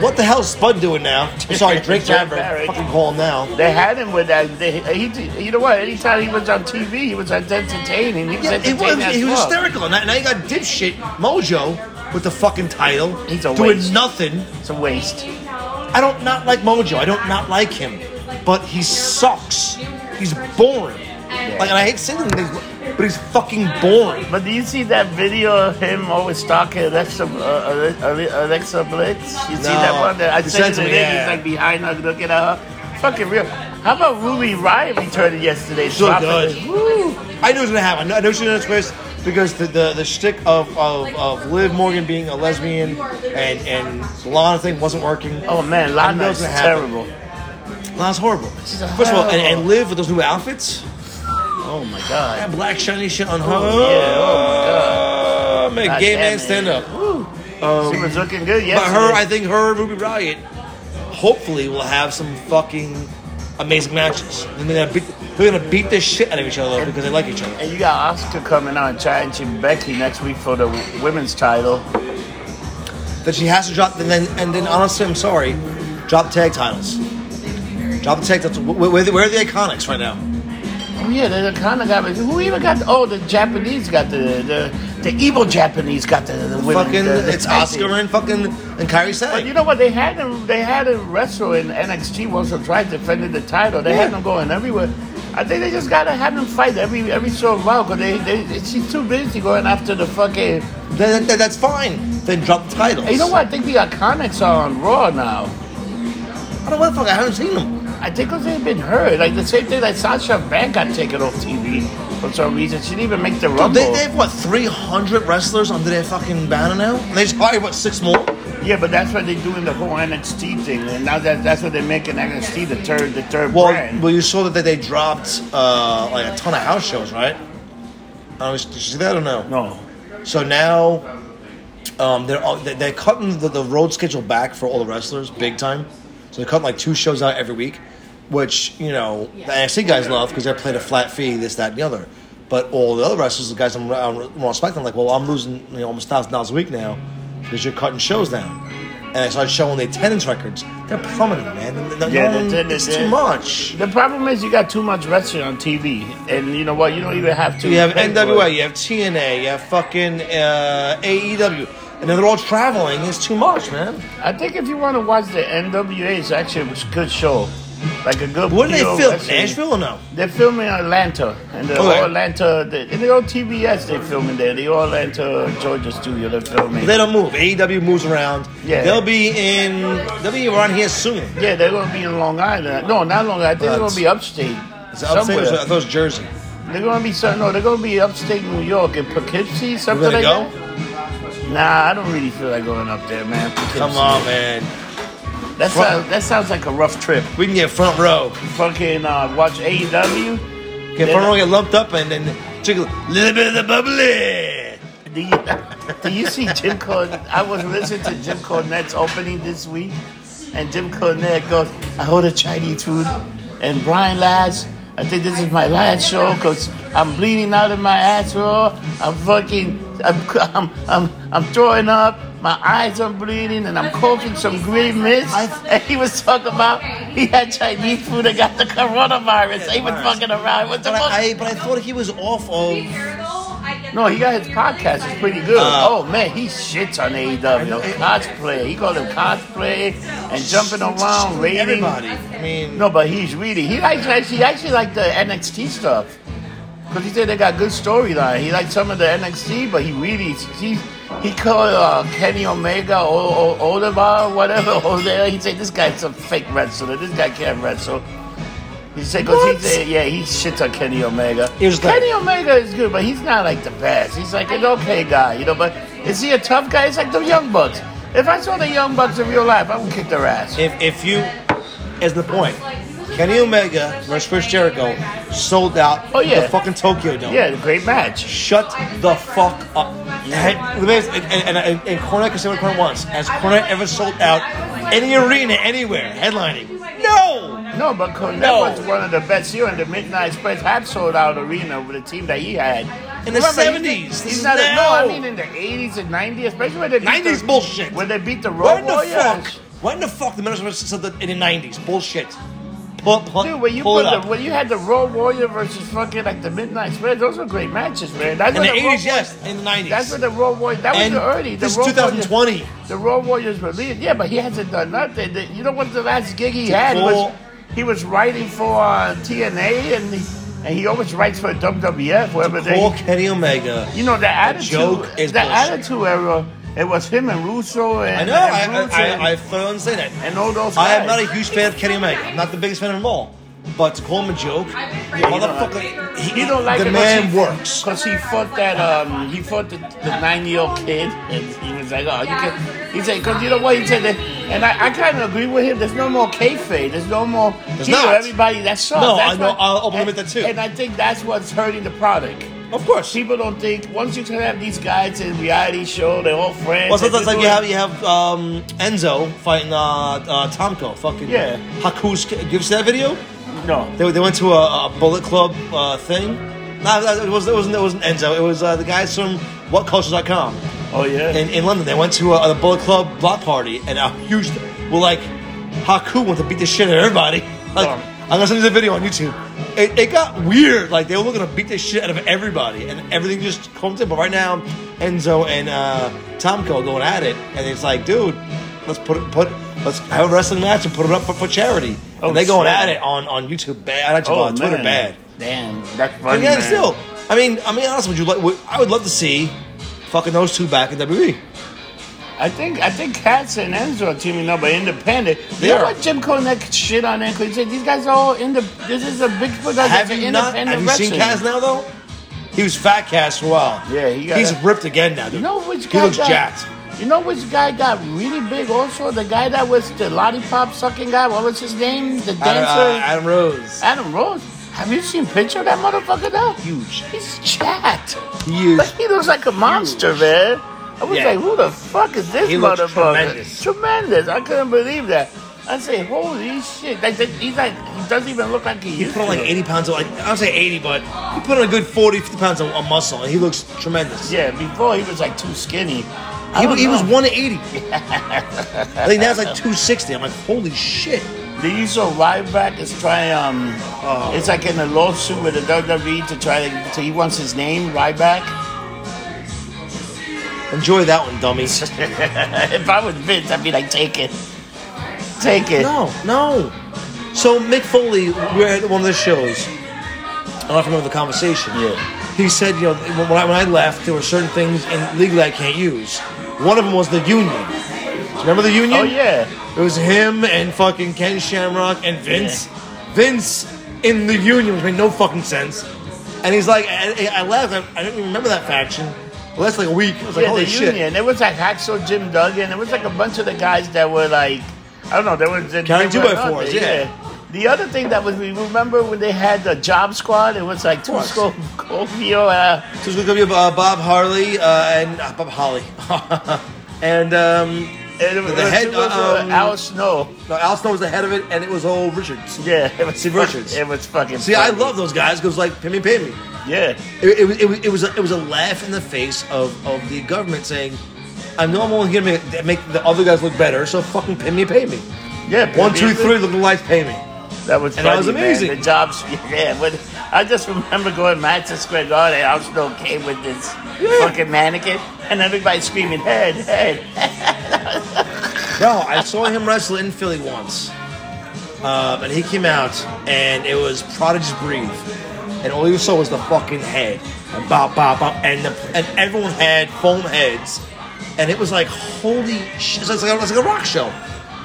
Speaker 2: What the hell is Spud doing now? I'm sorry, Drake
Speaker 1: Drake
Speaker 2: Maverick.
Speaker 1: Maverick.
Speaker 2: Fucking call him now.
Speaker 1: They had him with that. They, he, you know what? Anytime he was on TV, he was entertaining. He was
Speaker 2: Yeah, he
Speaker 1: entertaining
Speaker 2: was,
Speaker 1: as
Speaker 2: he was
Speaker 1: fuck.
Speaker 2: hysterical. Now, now you got dipshit Mojo with the fucking title,
Speaker 1: He's a
Speaker 2: doing
Speaker 1: waste.
Speaker 2: nothing.
Speaker 1: It's a waste.
Speaker 2: I don't not like Mojo. I don't not like him, but he sucks. He's boring. Like, and I hate saying things, but he's fucking boring.
Speaker 1: But do you see that video of him always stalking Alexa, uh, Ale- Alexa Blitz? You see
Speaker 2: No.
Speaker 1: that one? That I
Speaker 2: You
Speaker 1: sent
Speaker 2: sent
Speaker 1: you the
Speaker 2: it to me,
Speaker 1: link. He's
Speaker 2: yeah.
Speaker 1: like behind her, looking at her. Fucking real. How about Ruby Riot returning yesterday?
Speaker 2: So
Speaker 1: dropping
Speaker 2: good.
Speaker 1: it?
Speaker 2: I knew it was gonna happen. I knew, I knew she was gonna twist because the the, the shtick of, of of Liv Morgan being a lesbian and and Lana thing wasn't working.
Speaker 1: Oh man,
Speaker 2: I knew
Speaker 1: Lana
Speaker 2: it
Speaker 1: is
Speaker 2: was gonna happen.
Speaker 1: terrible.
Speaker 2: Lana's horrible.
Speaker 1: a
Speaker 2: First of all, and, and Liv with those new outfits.
Speaker 1: Oh my god.
Speaker 2: That black shiny shit on her.
Speaker 1: yeah.
Speaker 2: Oh, make
Speaker 1: God
Speaker 2: gay
Speaker 1: damn
Speaker 2: man
Speaker 1: it.
Speaker 2: stand up.
Speaker 1: she was looking good
Speaker 2: But
Speaker 1: yesterday.
Speaker 2: her, I think her and Ruby Riot, hopefully, will have some fucking amazing matches. And they're gonna beat, they're gonna beat the shit out of each other because they like each other.
Speaker 1: And you got Oscar coming out and challenging Becky next week for the women's title.
Speaker 2: That she has to drop, and then and then honestly, I'm sorry, drop tag titles. Drop the tag titles. Where, where, where are the iconics right now?
Speaker 1: Oh yeah, they're the kind of guy. but Who even got? Oh, the Japanese got the the, the evil Japanese got the, the, women.
Speaker 2: Fucking,
Speaker 1: the- the
Speaker 2: it's
Speaker 1: tag
Speaker 2: Oscar
Speaker 1: team.
Speaker 2: and fucking and
Speaker 1: But
Speaker 2: Kyrie
Speaker 1: you
Speaker 2: Sang.
Speaker 1: know what? They had him. They had him wrestle in NXT once or twice, defended the title. They had
Speaker 2: Yeah.
Speaker 1: him going everywhere. I think they just gotta have him fight every every so while because they, they she's too busy going after the fucking.
Speaker 2: That, that- that's fine. Then drop the titles.
Speaker 1: Hey, you know what? I think the Iconics are on Raw now.
Speaker 2: I don't know what the fuck. I haven't seen them.
Speaker 1: I think 'cause they've been hurt. Like the same thing that Sasha Banks got taken off TV. for some reason. She didn't even make the
Speaker 2: Dude,
Speaker 1: rumble.
Speaker 2: they, they have what 300 wrestlers under their fucking banner now. And they just hired what six more.
Speaker 1: yeah, but that's what they're doing the whole NXT thing, and now that that's what they're making NXT the third the third
Speaker 2: Well,
Speaker 1: brand.
Speaker 2: well, you saw that they, they dropped uh, like a ton of house shows, right? I was, did you see that or no?
Speaker 1: no,
Speaker 2: So now um, they're all, they- they're cutting the, the road schedule back for all the wrestlers big time. So they're cutting like two shows out every week, which you know the NXT guys love because they played a flat fee, this, that, and the other. But all the other wrestlers, the guys on, on, on SmackDown, like, well, I'm losing you know, almost thousand dollars a week now because you're cutting shows down. And I started showing the attendance records. They're plummeting, man. The- the-
Speaker 1: Yeah,
Speaker 2: no
Speaker 1: the
Speaker 2: one-
Speaker 1: attendance,
Speaker 2: it's too
Speaker 1: yeah.
Speaker 2: much.
Speaker 1: the problem is you got too much wrestling on TV, and you know what? You don't even have to.
Speaker 2: You have
Speaker 1: pay for it.
Speaker 2: NWA, you have TNA, you have fucking uh, AEW, and then they're all traveling. It's too much, man.
Speaker 1: I think if you want to watch the NWA, it's actually a good show, like a good.
Speaker 2: Where do they
Speaker 1: you know,
Speaker 2: film?
Speaker 1: wrestling-
Speaker 2: Nashville or no?
Speaker 1: They're filming in Atlanta, and the
Speaker 2: Okay.
Speaker 1: whole Atlanta, the, and the old TBS they filming there. The old Atlanta, Georgia studio they're filming.
Speaker 2: They don't move. AEW moves around.
Speaker 1: Yeah.
Speaker 2: They'll be in. They'll be around here soon.
Speaker 1: yeah, they're gonna be in Long Island. No, not Long Island. I think they're
Speaker 2: But-
Speaker 1: gonna be upstate.
Speaker 2: Is it upstate or is it- I
Speaker 1: somewhere.
Speaker 2: thought it was Jersey.
Speaker 1: They're gonna be some, no, they're gonna be upstate New York in Poughkeepsie,
Speaker 2: We're
Speaker 1: something
Speaker 2: gonna
Speaker 1: like
Speaker 2: go.
Speaker 1: that. Nah, I don't really feel like going up there, man. Poughkeepsie.
Speaker 2: Come on, man.
Speaker 1: that
Speaker 2: Front-
Speaker 1: sounds that sounds like a rough trip.
Speaker 2: We can get front row.
Speaker 1: Fucking uh, watch AEW.
Speaker 2: Get front row, get lumped up, and then take a little bit of the bubbly.
Speaker 1: Do you, do you see Jim Cornette? I was listening to Jim Cornette's opening this week, and Jim Cornette goes, I order Chinese food. And Brian Last, I think this is my last show because I'm bleeding out of my asshole. I'm fucking, I'm, I'm, I'm, I'm throwing up. My eyes are bleeding and I'm coughing some green mist. And he was talking about he had Chinese food and got the coronavirus. He was fucking around. What the
Speaker 2: But
Speaker 1: fuck?
Speaker 2: I, I- but I thought he was off of.
Speaker 1: No, he got his podcast. It's pretty good.
Speaker 2: Uh,
Speaker 1: oh man, he shits on AEW. Cosplay. He called him cosplay and jumping around, rating.
Speaker 2: Everybody. I mean,
Speaker 1: No, but he's really he likes actually he actually like the NXT stuff because he said they got good storyline. He liked some of the NXT, but he really he he called uh, Kenny Omega o- o- Oliver whatever over there. He said this guy's a fake wrestler. This guy can't wrestle. He said because
Speaker 2: What?
Speaker 1: he said yeah he shits on Kenny Omega.
Speaker 2: He was like-
Speaker 1: Kenny Omega is good, but he's not like the best. He's like an okay guy, you know. But is he a tough guy? It's like the Young Bucks. If I saw the Young Bucks in real life, I would kick their ass.
Speaker 2: if if you, is the point. Kenny Omega versus Chris Jericho sold out.
Speaker 1: Oh, yeah.
Speaker 2: The fucking Tokyo Dome.
Speaker 1: Yeah, great match.
Speaker 2: Shut the fuck up. And, the man is- and, and, and, and Cornette can say what Cornette wants. Has Cornette ever sold out any arena, anywhere, headlining? No!
Speaker 1: No, but Cornette
Speaker 2: No.
Speaker 1: was one of the best. You and the Midnight Express had sold out arena with the team that he had
Speaker 2: In the
Speaker 1: Remember,
Speaker 2: 70s.
Speaker 1: He's, he's
Speaker 2: This
Speaker 1: not
Speaker 2: is
Speaker 1: a, no, I
Speaker 2: now.
Speaker 1: mean in the 80s and 90s, especially when they beat
Speaker 2: 90s
Speaker 1: the,
Speaker 2: bullshit.
Speaker 1: When they beat the
Speaker 2: When
Speaker 1: Road
Speaker 2: the
Speaker 1: Warriors.
Speaker 2: fuck? When the fuck the Minnesota said that in the 90s? Bullshit. Pull, pull,
Speaker 1: Dude, when you
Speaker 2: pull
Speaker 1: put
Speaker 2: it
Speaker 1: the,
Speaker 2: up.
Speaker 1: when you had the Road Warrior versus fucking like the Midnight Express, those were great matches, man. That's
Speaker 2: in the
Speaker 1: when Road
Speaker 2: 80s,
Speaker 1: Warriors-
Speaker 2: yes. In the 90s.
Speaker 1: That's what the Road Warriors. That was
Speaker 2: And
Speaker 1: the early. The
Speaker 2: this is
Speaker 1: Road
Speaker 2: 2020.
Speaker 1: Warriors, the Road Warriors were leading. Yeah, but he hasn't done nothing. The- you know what? The last gig he had
Speaker 2: full-
Speaker 1: was he was writing for uh, TNA, and he, and he always writes for WWF. Wherever
Speaker 2: Call
Speaker 1: they,
Speaker 2: Kenny Omega.
Speaker 1: you know, the attitude.
Speaker 2: joke is
Speaker 1: the
Speaker 2: bullshit.
Speaker 1: attitude era. It was him and Russo and
Speaker 2: I know.
Speaker 1: and
Speaker 2: I,
Speaker 1: Bruce
Speaker 2: I,
Speaker 1: and,
Speaker 2: I, I fully understand that.
Speaker 1: and all those.
Speaker 2: I am
Speaker 1: guys.
Speaker 2: not a huge fan of Kenny Omega. I'm not the biggest fan of him all. But to call him a joke, motherfucker, he,
Speaker 1: You don't like
Speaker 2: the
Speaker 1: it
Speaker 2: man
Speaker 1: because he,
Speaker 2: works.
Speaker 1: because he fought that um he fought the, the nine year old kid and he was like oh you can he said because you know what he said that, and I, I kind of agree with him there's no more kayfabe there's no more
Speaker 2: There's
Speaker 1: you know,
Speaker 2: not.
Speaker 1: everybody that sucks
Speaker 2: No,
Speaker 1: that's
Speaker 2: I know.
Speaker 1: what-
Speaker 2: I'll- I'll admit
Speaker 1: and-
Speaker 2: that too.
Speaker 1: and I think that's what's hurting the product
Speaker 2: Of course.
Speaker 1: people don't think once you can have these guys in reality show they're all friends
Speaker 2: Well,
Speaker 1: and
Speaker 2: sometimes
Speaker 1: they're
Speaker 2: like you
Speaker 1: doing-
Speaker 2: have you have um, Enzo fighting uh, uh, Tomko, fucking
Speaker 1: Yeah.
Speaker 2: Haku's. Did you see that video?
Speaker 1: no
Speaker 2: They, they went to a, a Bullet Club uh, thing. No, no, it wasn't. It wasn't, it wasn't Enzo. It was uh, the guys from WhatCulture.com
Speaker 1: oh yeah
Speaker 2: in, in London. They went to a, a Bullet Club block party, and a huge. Well, like Haku wanted to beat the shit out of everybody. Like
Speaker 1: Um.
Speaker 2: I'm gonna send you the video on YouTube. It, it got weird. Like they were gonna beat the shit out of everybody, and everything just comes in. But right now, Enzo and uh, Tomko going at it, and it's like, dude, let's put it put. Let's have a wrestling match and put it up for, for charity.
Speaker 1: Oh,
Speaker 2: and they going
Speaker 1: shit.
Speaker 2: at it on, on YouTube bad, on YouTube,
Speaker 1: oh
Speaker 2: on Twitter
Speaker 1: man.
Speaker 2: bad.
Speaker 1: damn that's funny
Speaker 2: And yeah,
Speaker 1: man.
Speaker 2: still, I mean, I mean, honestly, would you like? Would, I would love to see fucking those two back in E. WWE.
Speaker 1: I think I think Katz and Enzo are teaming up, but independent.
Speaker 2: They
Speaker 1: you know
Speaker 2: are.
Speaker 1: what Jim Cornette shit on that? He said these guys are all in the. This is a big production.
Speaker 2: Have
Speaker 1: it's an
Speaker 2: you not?
Speaker 1: independent
Speaker 2: Have you seen
Speaker 1: wrestling."
Speaker 2: Kaz now though? He was fat cast for a while.
Speaker 1: Yeah, he got
Speaker 2: he's
Speaker 1: a-
Speaker 2: ripped again now, dude.
Speaker 1: You know which
Speaker 2: he
Speaker 1: guy
Speaker 2: looks
Speaker 1: got,
Speaker 2: jacked.
Speaker 1: You know which guy got really big also? The guy that was the lollipop sucking guy. What was his name? The dancer.
Speaker 2: Adam, uh, Adam Rose,
Speaker 1: Adam Rose. Have you seen picture of that motherfucker now?
Speaker 2: huge,
Speaker 1: He's jacked.
Speaker 2: huge.
Speaker 1: Like, he looks like a monster, man. I was
Speaker 2: Yeah.
Speaker 1: like, who the fuck is this
Speaker 2: He looks
Speaker 1: motherfucker?
Speaker 2: tremendous.
Speaker 1: Tremendous. I couldn't believe that. I said, holy shit. Like, that- he's like, he doesn't even look like he
Speaker 2: He
Speaker 1: used
Speaker 2: put on like
Speaker 1: to.
Speaker 2: 80 pounds of, like, I don't say 80, but he put on a good 40, 50 pounds of, of muscle, and he looks tremendous.
Speaker 1: Yeah, before he was like too skinny. I
Speaker 2: He,
Speaker 1: don't
Speaker 2: was- he was
Speaker 1: know.
Speaker 2: 180. I think now it's like 260. I'm like, holy shit.
Speaker 1: They used to Ryback is trying. Um,
Speaker 2: Oh.
Speaker 1: It's like in a lawsuit with the WWE to try to. to he wants his name Ryback.
Speaker 2: Enjoy that one, dummies.
Speaker 1: if I was Vince, I'd be like, take it, take it.
Speaker 2: No, no. So Mick Foley, we were at one of the shows. I don't remember the conversation.
Speaker 1: Yeah.
Speaker 2: He said, you know, when I, when I left, there were certain things in legally I can't use. One of them was the union. Do you Remember the union?
Speaker 1: Oh yeah,
Speaker 2: It was him and fucking Ken Shamrock and Vince. Vince in the union, which made no fucking sense. And he's like, I, I left. I, I didn't even remember that faction. Well, that's like a week. I was like,
Speaker 1: yeah.
Speaker 2: holy
Speaker 1: the
Speaker 2: shit.
Speaker 1: Union. It was like Hacksaw Jim Duggan. It was like a bunch of the guys that were like, I don't know. There was
Speaker 2: Counting two by fours, yeah.
Speaker 1: The other thing that was, we remember when they had the Job Squad. It was like two
Speaker 2: course.
Speaker 1: Scorp- Scorpio. Uh,
Speaker 2: So it's going to be uh, Bob Harley uh, and uh, Bob Holly. and um,
Speaker 1: and it was,
Speaker 2: The head,
Speaker 1: it was, uh,
Speaker 2: um,
Speaker 1: Al Snow.
Speaker 2: no, Al Snow was the head of it, and it was old Richards.
Speaker 1: Yeah, it was
Speaker 2: Steve
Speaker 1: fuck-
Speaker 2: Richards.
Speaker 1: It was fucking.
Speaker 2: See, I
Speaker 1: funny.
Speaker 2: love those guys because, like, pay me, pay me.
Speaker 1: Yeah.
Speaker 2: It, it, was- it, was- it, was a, it was a laugh in the face of, of the government saying, I know I'm only going to make, make the other guys look better, so fucking pay me, pay me.
Speaker 1: Yeah,
Speaker 2: One, two,
Speaker 1: Pimmy.
Speaker 2: three, look at the lights, pay me.
Speaker 1: That was
Speaker 2: And
Speaker 1: funny,
Speaker 2: that was
Speaker 1: man.
Speaker 2: amazing.
Speaker 1: The jobs, yeah. But I just remember going back to Square Garden. I still came with this fucking mannequin, and everybody screaming head, head.
Speaker 2: Bro, I saw him wrestle in Philly once. Um, and he came out, and it was Prodigy's Breathe. And all you saw was the fucking head. And bop, bop, bop. And, the, and everyone had foam heads. And it was like, holy shit. It's like, a, it's like a rock show.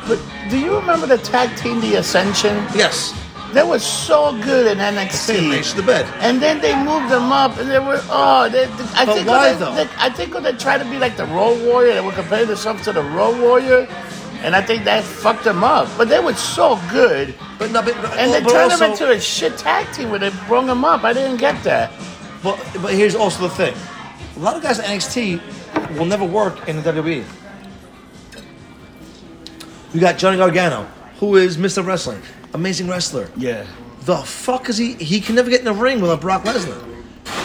Speaker 1: But do you remember the tag team, The Ascension?
Speaker 2: Yes.
Speaker 1: They were so good in NXT.
Speaker 2: Same race to the bed.
Speaker 1: And then they moved them up, and they were oh, they, they- I
Speaker 2: But
Speaker 1: think
Speaker 2: why,
Speaker 1: when they,
Speaker 2: though?
Speaker 1: They, I think when they tried to be like the Road Warrior, they were comparing themselves to the Road Warrior, and I think that fucked them up. But they were so good,
Speaker 2: But no, but,
Speaker 1: and
Speaker 2: but
Speaker 1: they turned
Speaker 2: also,
Speaker 1: them into a shit tag team where they brung them up. I didn't get that.
Speaker 2: But, but here's also the thing. A lot of guys at NXT will never work in the WWE. You got Johnny Gargano, who is Mr. Wrestling, amazing wrestler.
Speaker 1: Yeah,
Speaker 2: The fuck is he? He can never get in the ring with a Brock Lesnar.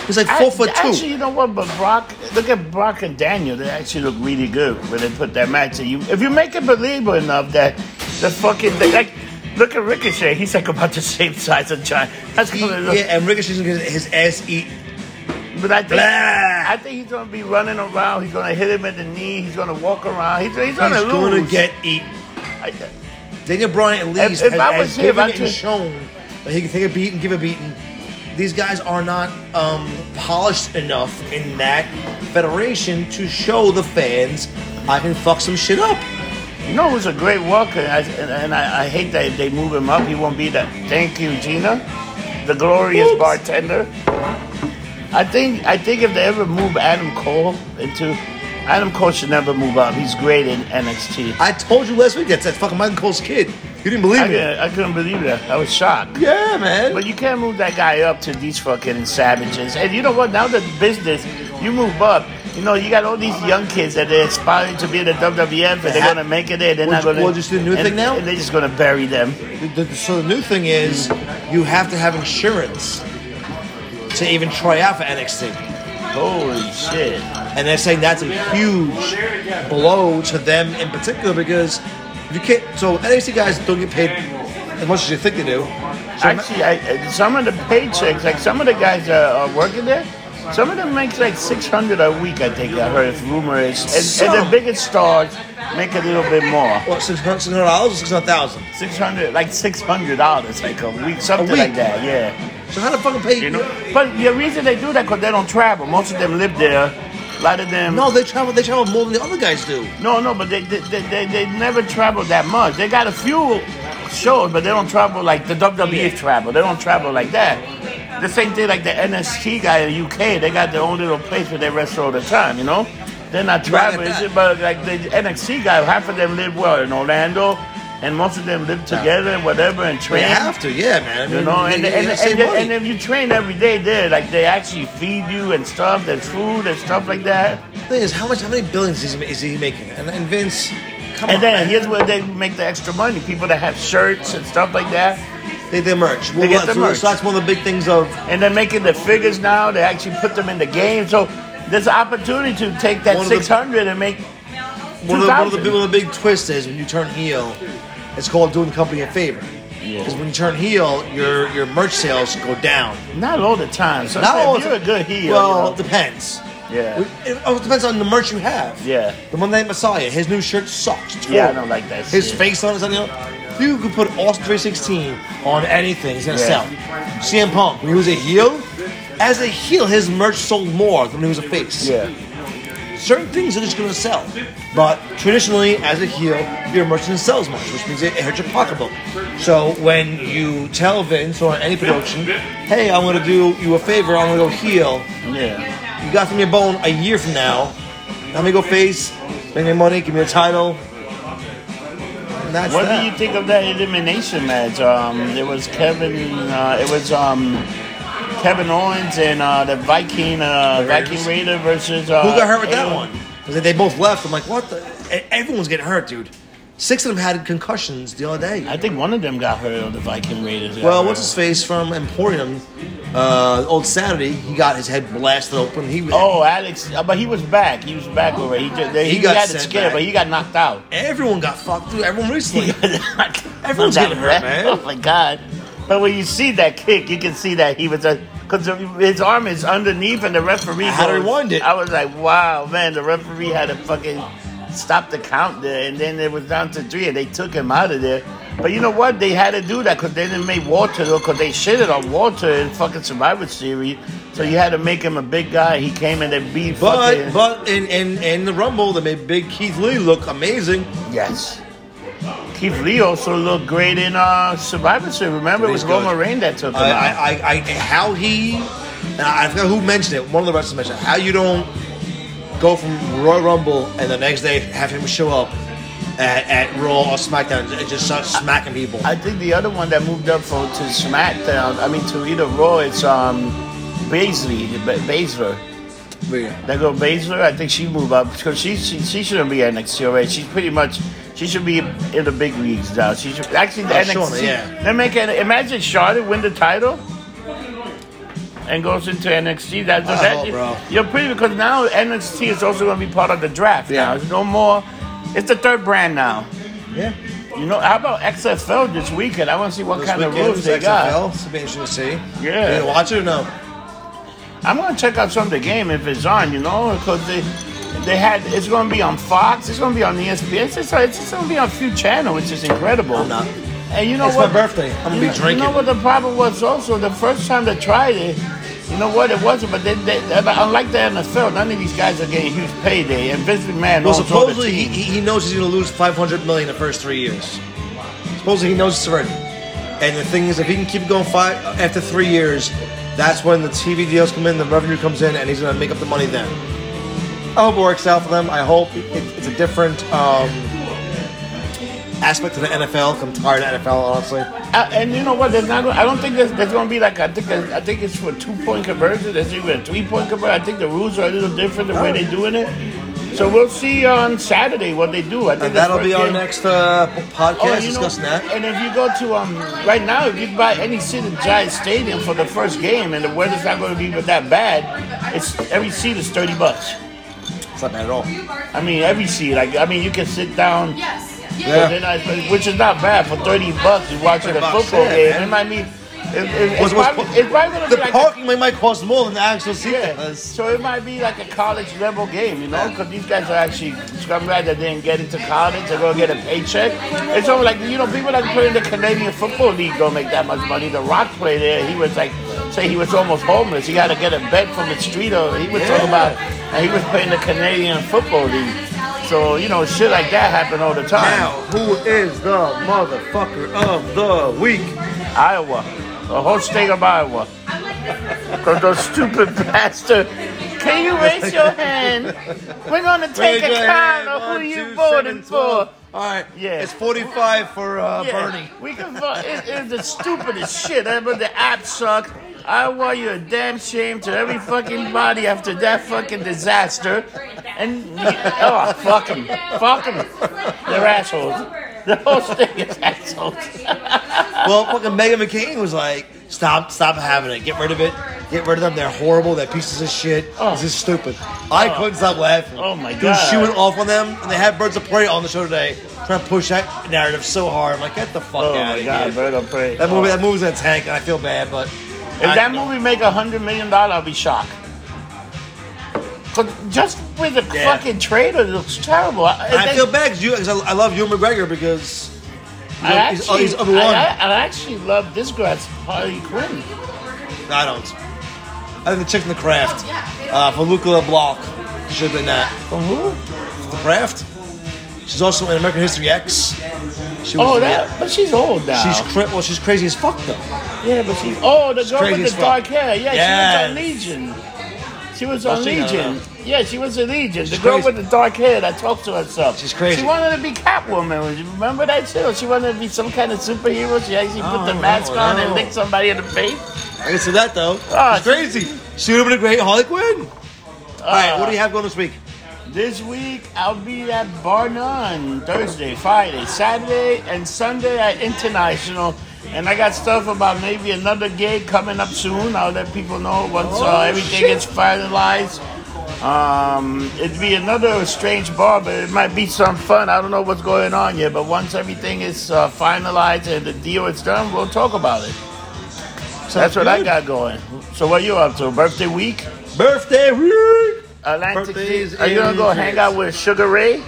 Speaker 2: He's like four foot two.
Speaker 1: Actually, you know what? But Brock, look at Brock and Daniel. They actually look really good when they put that match. in. you, if you make it believable enough that the fucking thing, like, look at Ricochet. He's like about the same size as John. That's
Speaker 2: He-
Speaker 1: gonna look.
Speaker 2: yeah, and Ricochet's gonna get his ass eat.
Speaker 1: But I think
Speaker 2: Blah.
Speaker 1: I think he's gonna be running around. He's gonna hit him at the knee. He's gonna walk around. He's, he's
Speaker 2: He's
Speaker 1: gonna lose.
Speaker 2: gonna get eat.
Speaker 1: I-
Speaker 2: Daniel Bryan at
Speaker 1: If-
Speaker 2: least
Speaker 1: if
Speaker 2: has,
Speaker 1: I was
Speaker 2: has
Speaker 1: him,
Speaker 2: given
Speaker 1: I'd
Speaker 2: and
Speaker 1: just-
Speaker 2: shown that he can take a beat and give a beating. These guys are not um, polished enough in that federation to show the fans I can fuck some shit up.
Speaker 1: you know who's a great walker, and I, and, and I, I hate that they move him up. He won't be that. Thank you, Gina, the glorious
Speaker 2: Oops.
Speaker 1: bartender. I think I think if they ever move Adam Cole into, Adam Cole should never move up. He's great in NXT.
Speaker 2: I told you last week that's that fucking Michael Cole's kid. You didn't believe
Speaker 1: I,
Speaker 2: me.
Speaker 1: couldn't- I couldn't believe that. I was shocked.
Speaker 2: Yeah, man.
Speaker 1: But you can't move that guy up to these fucking savages. And you know what? Now the business, you move up. You know, you got all these young kids that they're aspiring to be in the WWF, and they're
Speaker 2: Yeah.
Speaker 1: gonna make it there. They're
Speaker 2: We'll
Speaker 1: not
Speaker 2: ju-
Speaker 1: gonna.
Speaker 2: we'll just do the new
Speaker 1: and-
Speaker 2: thing now?
Speaker 1: And they're just gonna bury them.
Speaker 2: The- the- so the new thing is you have to have insurance to even try out for NXT.
Speaker 1: Holy shit!
Speaker 2: And they're saying that's a huge blow to them in particular because if you can't. So NXT guys don't get paid as much as you think they do. So
Speaker 1: Actually, I, uh, some of the paychecks, like some of the guys that are working there, some of them make like six hundred a week. I think I heard. It's rumor is, and, and
Speaker 2: Some.
Speaker 1: the biggest stars make a little bit more.
Speaker 2: what six hundred dollars or six hundred thousand?
Speaker 1: Six hundred, like six hundred dollars, like a week, something
Speaker 2: week?
Speaker 1: like that. Yeah.
Speaker 2: So how the fucking pay?
Speaker 1: You know, but the reason they do that because they don't travel. Most of them live there. A lot of them.
Speaker 2: No, they travel. They travel more than the other guys do.
Speaker 1: no, no, but they they, they, they they never travel that much. They
Speaker 3: E
Speaker 1: got a few shows, but they don't travel like the WWE travel. They don't travel like that.
Speaker 3: the same thing like the NST guy in the UK. They got their own little place where they wrestle all the time, you know? They're not
Speaker 2: Right,
Speaker 3: traveling,
Speaker 2: like that.
Speaker 3: but like the NXT guy, half of them live well in Orlando, and most of them live together and whatever and
Speaker 2: They
Speaker 3: train.
Speaker 2: have to, yeah, man. I mean,
Speaker 3: You know, and,
Speaker 2: you- you
Speaker 3: and,
Speaker 2: gotta save
Speaker 3: and, and,
Speaker 2: money.
Speaker 3: if you train every day there, like they actually feed you and stuff, there's food and stuff like that.
Speaker 2: The thing is, how much, how many billions is he, is he making? And, and Vince, come on,
Speaker 3: And then
Speaker 2: man.
Speaker 3: here's where they make the extra money. People that have shirts and stuff like that.
Speaker 2: they they merch. Well,
Speaker 3: They get
Speaker 2: that's-
Speaker 3: the
Speaker 2: well,
Speaker 3: merch.
Speaker 2: So that's one of the big things of
Speaker 3: And they're making the figures now. They actually put them in the game. So there's an opportunity to take that
Speaker 2: One of the-
Speaker 3: 600 and make
Speaker 2: one of, the, one of the
Speaker 3: 2000.
Speaker 2: big- one of the big twists is when you turn heel, it's called doing the company a favor.
Speaker 3: Yeah.
Speaker 2: Because when you turn heel, your your merch sales go down.
Speaker 3: Not all the time. So
Speaker 2: Not
Speaker 3: if
Speaker 2: all the-
Speaker 3: you're a good heel.
Speaker 2: Well,
Speaker 3: you know.
Speaker 2: it depends.
Speaker 3: Yeah.
Speaker 2: It, it always depends on the merch you have.
Speaker 3: Yeah.
Speaker 2: The Monday Night Messiah, his new shirt sucks. It's
Speaker 3: yeah, I
Speaker 2: horrible.
Speaker 3: don't like that.
Speaker 2: His
Speaker 3: shit.
Speaker 2: face on it, something else. You could put Austin 316 on anything, it's gonna
Speaker 3: Yeah.
Speaker 2: sell. CM Punk, when he was a heel, as a heel, his merch sold more than when he was a face.
Speaker 3: Yeah.
Speaker 2: Certain things are just gonna sell. But traditionally, as a heel, your merch doesn't sell as much, which means it hurts your pocketbook. So when you tell Vince or any production, hey, I'm gonna do you a favor, I'm gonna go heel,
Speaker 3: Yeah.
Speaker 2: you got from your bone a year from now. Let me go face, make me money, give me a title. And that's
Speaker 3: What
Speaker 2: that.
Speaker 3: do you think of that elimination match? Um, it was Kevin. Uh, it was um, Kevin Owens and uh, the Viking uh,
Speaker 2: Raiders.
Speaker 3: Viking Raider versus. Uh,
Speaker 2: Who got hurt with that
Speaker 3: Aegon.
Speaker 2: one? Because they both left. I'm like, what the? e- Everyone's getting hurt, dude. Six of them had concussions the other day.
Speaker 3: I think one of them got hurt on the Viking Raiders. got
Speaker 2: Well,
Speaker 3: hurt.
Speaker 2: what's his face from Emporium? Uh, old Saturday, he got his head blasted open. He
Speaker 3: Oh, Alex, uh, but he was back. He was back already. He, just, he,
Speaker 2: He got
Speaker 3: had it
Speaker 2: sent
Speaker 3: scared,
Speaker 2: back.
Speaker 3: but he got knocked out.
Speaker 2: everyone got fucked, dude. Everyone recently.
Speaker 3: Everyone's
Speaker 2: Everyone's getting hurt, man.
Speaker 3: Oh my god! But when you see that kick, you can see that he was a because his arm is underneath, and the referee
Speaker 2: I had to
Speaker 3: goes-
Speaker 2: rewind it.
Speaker 3: I was like, wow, man! The referee had to fucking stop the count there, and then it was down to three, and they took him out of there. But you know what? They had to do that because they didn't make Walter because they shitted on Walter in fucking Survivor Series. So you had to make him a big guy. He came in and beat
Speaker 2: But
Speaker 3: fucking
Speaker 2: but in, in in the Rumble, they made Big Keith Lee look amazing.
Speaker 3: Yes. Keith Lee also looked great in uh, Survivor Series. Remember, it was
Speaker 2: He's good.
Speaker 3: Roman Reigns that took him
Speaker 2: I,
Speaker 3: out.
Speaker 2: I, I, I how he, and I forgot who mentioned it. One of the wrestlers mentioned it, how you don't go from Royal Rumble and the next day have him show up at, at Raw or SmackDown and just start smacking people.
Speaker 3: I think the other one that moved up for to SmackDown, I mean to either Raw, it's um, Baisley, Ba- Baszler. That girl Baszler, I think she moved up because she, she she shouldn't be NXT already. She's pretty much she should be in the big leagues now. She should actually the
Speaker 2: Oh,
Speaker 3: NXT.
Speaker 2: Shawna, yeah.
Speaker 3: They make an, imagine Charlotte win the title and goes into NXT. That's
Speaker 2: I
Speaker 3: that,
Speaker 2: hope, Oh, bro.
Speaker 3: You're pretty because now NXT is also going to be part of the draft.
Speaker 2: Yeah.
Speaker 3: Now it's no more. It's the third brand now.
Speaker 2: Yeah.
Speaker 3: You know, how about XFL this weekend? I want to see what
Speaker 2: This
Speaker 3: kind of
Speaker 2: weekend
Speaker 3: rules
Speaker 2: was
Speaker 3: they got.
Speaker 2: XFL. It's gonna be interesting to see.
Speaker 3: Yeah.
Speaker 2: You gonna watch it or no?
Speaker 3: I'm gonna check out some of the game if it's on, you know, because they they had it's gonna be on Fox, it's gonna be on E ESPN, it's just, it's just gonna be on a few channels, which is incredible.
Speaker 2: I'm not.
Speaker 3: And you know
Speaker 2: It's my
Speaker 3: what?
Speaker 2: birthday. I'm gonna
Speaker 3: you
Speaker 2: be
Speaker 3: know,
Speaker 2: drinking.
Speaker 3: You know what the problem was also the first time they tried it. You know what? It wasn't, but they, they, but unlike the NFL, none of these guys are getting huge payday. And Vince McMahon
Speaker 2: Well,
Speaker 3: owns all the
Speaker 2: supposedly he,
Speaker 3: teams.
Speaker 2: he he knows he's gonna lose 500 million in the first three years. Supposedly he knows it's already. And the thing is, if he can keep going five after three years, that's when the TV deals come in, the revenue comes in, and he's gonna make up the money then. I hope it works out for them. I hope it, it's a different um, aspect to the NFL. I'm tired of NFL, honestly.
Speaker 3: Uh, and you know what? There's not. Gonna, I don't think there's, there's going to be like. I think. There's, I think it's for two point conversion. There's even a three point conversion. I think the rules are a little different the way they're doing it. So we'll see on Saturday what they do. I think
Speaker 2: And that'll
Speaker 3: that's
Speaker 2: be our
Speaker 3: first game.
Speaker 2: next uh, podcast
Speaker 3: Oh, you know,
Speaker 2: discussing that.
Speaker 3: and if you go to um right now, if you buy any seat at Giant Stadium for the first game, and the weather's not going to be that bad, it's every seat is thirty bucks.
Speaker 2: It's not bad at all.
Speaker 3: I mean, every seat. Like I mean, you can sit down.
Speaker 4: Yes.
Speaker 2: Yeah.
Speaker 3: They're not- which is not bad for thirty bucks. You watching a
Speaker 2: 30 bucks,
Speaker 3: football
Speaker 2: yeah,
Speaker 3: game,
Speaker 2: man.
Speaker 3: it might be. It, it, it's,
Speaker 2: What's- what's-
Speaker 3: probably, it's probably gonna
Speaker 2: The
Speaker 3: be like
Speaker 2: parking might cost more than the actual seat.
Speaker 3: yeah.
Speaker 2: does.
Speaker 3: So it might be like a college level game, you know, because these guys are actually scumbag that didn't get into college. They're gonna get a paycheck. It's only like you know people that play in the Canadian Football League don't make that much money. The Rock played there. He was like, say he was almost homeless. He had to get a bed from the street. Or he was talking about, and he was playing the Canadian Football League. So you know, shit like that happen all the time.
Speaker 2: Now, who is the motherfucker of the week?
Speaker 3: Iowa, the whole state of Iowa. Because those stupid bastard. Can you raise your hand? We're gonna
Speaker 2: Raise
Speaker 3: take
Speaker 2: your
Speaker 3: account
Speaker 2: hand.
Speaker 3: of
Speaker 2: One,
Speaker 3: who you
Speaker 2: two,
Speaker 3: voting
Speaker 2: seven, 12.
Speaker 3: for.
Speaker 2: All right.
Speaker 3: Yeah.
Speaker 2: It's 45 for uh,
Speaker 3: Yeah,
Speaker 2: Bernie.
Speaker 3: We can vote. It is the stupidest shit ever. The app sucked. I want you a damn shame to every fucking body after that fucking disaster. And oh, fuck them, fuck them. They're assholes. The whole thing is assholes.
Speaker 2: Well, fucking Megan McCain was like, stop, stop having it. Get rid of it. Get rid of them. They're horrible. They're pieces of shit. This is stupid. I couldn't stop laughing.
Speaker 3: Oh, my
Speaker 2: Dude, she
Speaker 3: God.
Speaker 2: went off on them, and they had Birds of Prey on the show today, trying to push that narrative so hard. I'm like, get the fuck out
Speaker 3: Oh my
Speaker 2: of
Speaker 3: god,
Speaker 2: here.
Speaker 3: bird of prey.
Speaker 2: That movie, that movie's in a tank, and I feel bad, but
Speaker 3: If that movie make a hundred million dollar, I'll be shocked. But just with the
Speaker 2: Yeah.
Speaker 3: fucking trailer, it looks terrible.
Speaker 2: I feel bad because you, cause I, I love Ewan McGregor because
Speaker 3: I
Speaker 2: he's- oh,
Speaker 3: actually,
Speaker 2: he's overwhelmed.
Speaker 3: I, I- I actually love this girl's Harley Quinn.
Speaker 2: I don't. I think the chick from the craft uh, for Luca LeBlanc should have been that.
Speaker 3: From who?
Speaker 2: The craft. She's also in American History X. She was
Speaker 3: Oh,
Speaker 2: the-
Speaker 3: that. But she's old now.
Speaker 2: She's cra- well, she's crazy as fuck though.
Speaker 3: yeah, but she's oh the girl
Speaker 2: crazy
Speaker 3: with
Speaker 2: as
Speaker 3: the
Speaker 2: fuck.
Speaker 3: dark hair. Yeah,
Speaker 2: Yes.
Speaker 3: she was on Legion. She was
Speaker 2: Oh,
Speaker 3: on
Speaker 2: she- no,
Speaker 3: Legion.
Speaker 2: no.
Speaker 3: Yeah, she was in Legion. the
Speaker 2: She's
Speaker 3: girl
Speaker 2: crazy.
Speaker 3: with the dark hair that talked to herself.
Speaker 2: She's crazy.
Speaker 3: She wanted to be Catwoman. Remember that too? She wanted to be some kind of superhero. She actually put the
Speaker 2: No,
Speaker 3: mask
Speaker 2: Oh, no,
Speaker 3: on and
Speaker 2: no.
Speaker 3: licked somebody in the face.
Speaker 2: I can see that though.
Speaker 3: Ah,
Speaker 2: she's crazy. She would have been a great Harley Quinn. All right, what do you have going this week?
Speaker 3: This week I'll be at Bar None Thursday, Friday, Saturday, and Sunday at International. And I got stuff about maybe another gig coming up soon. I'll let people know once uh, everything
Speaker 2: Oh, shit.
Speaker 3: gets finalized. Um, it'd be another strange bar, but it might be some fun. I don't know what's going on yet, but once everything is uh, finalized and the deal is done, we'll talk about it. That's what I
Speaker 2: good.
Speaker 3: got going. So what you up to? Birthday week?
Speaker 2: Birthday week.
Speaker 3: Atlantic
Speaker 2: Birthdays
Speaker 3: City. Are you gonna go
Speaker 2: and
Speaker 3: hang out with Sugar Ray?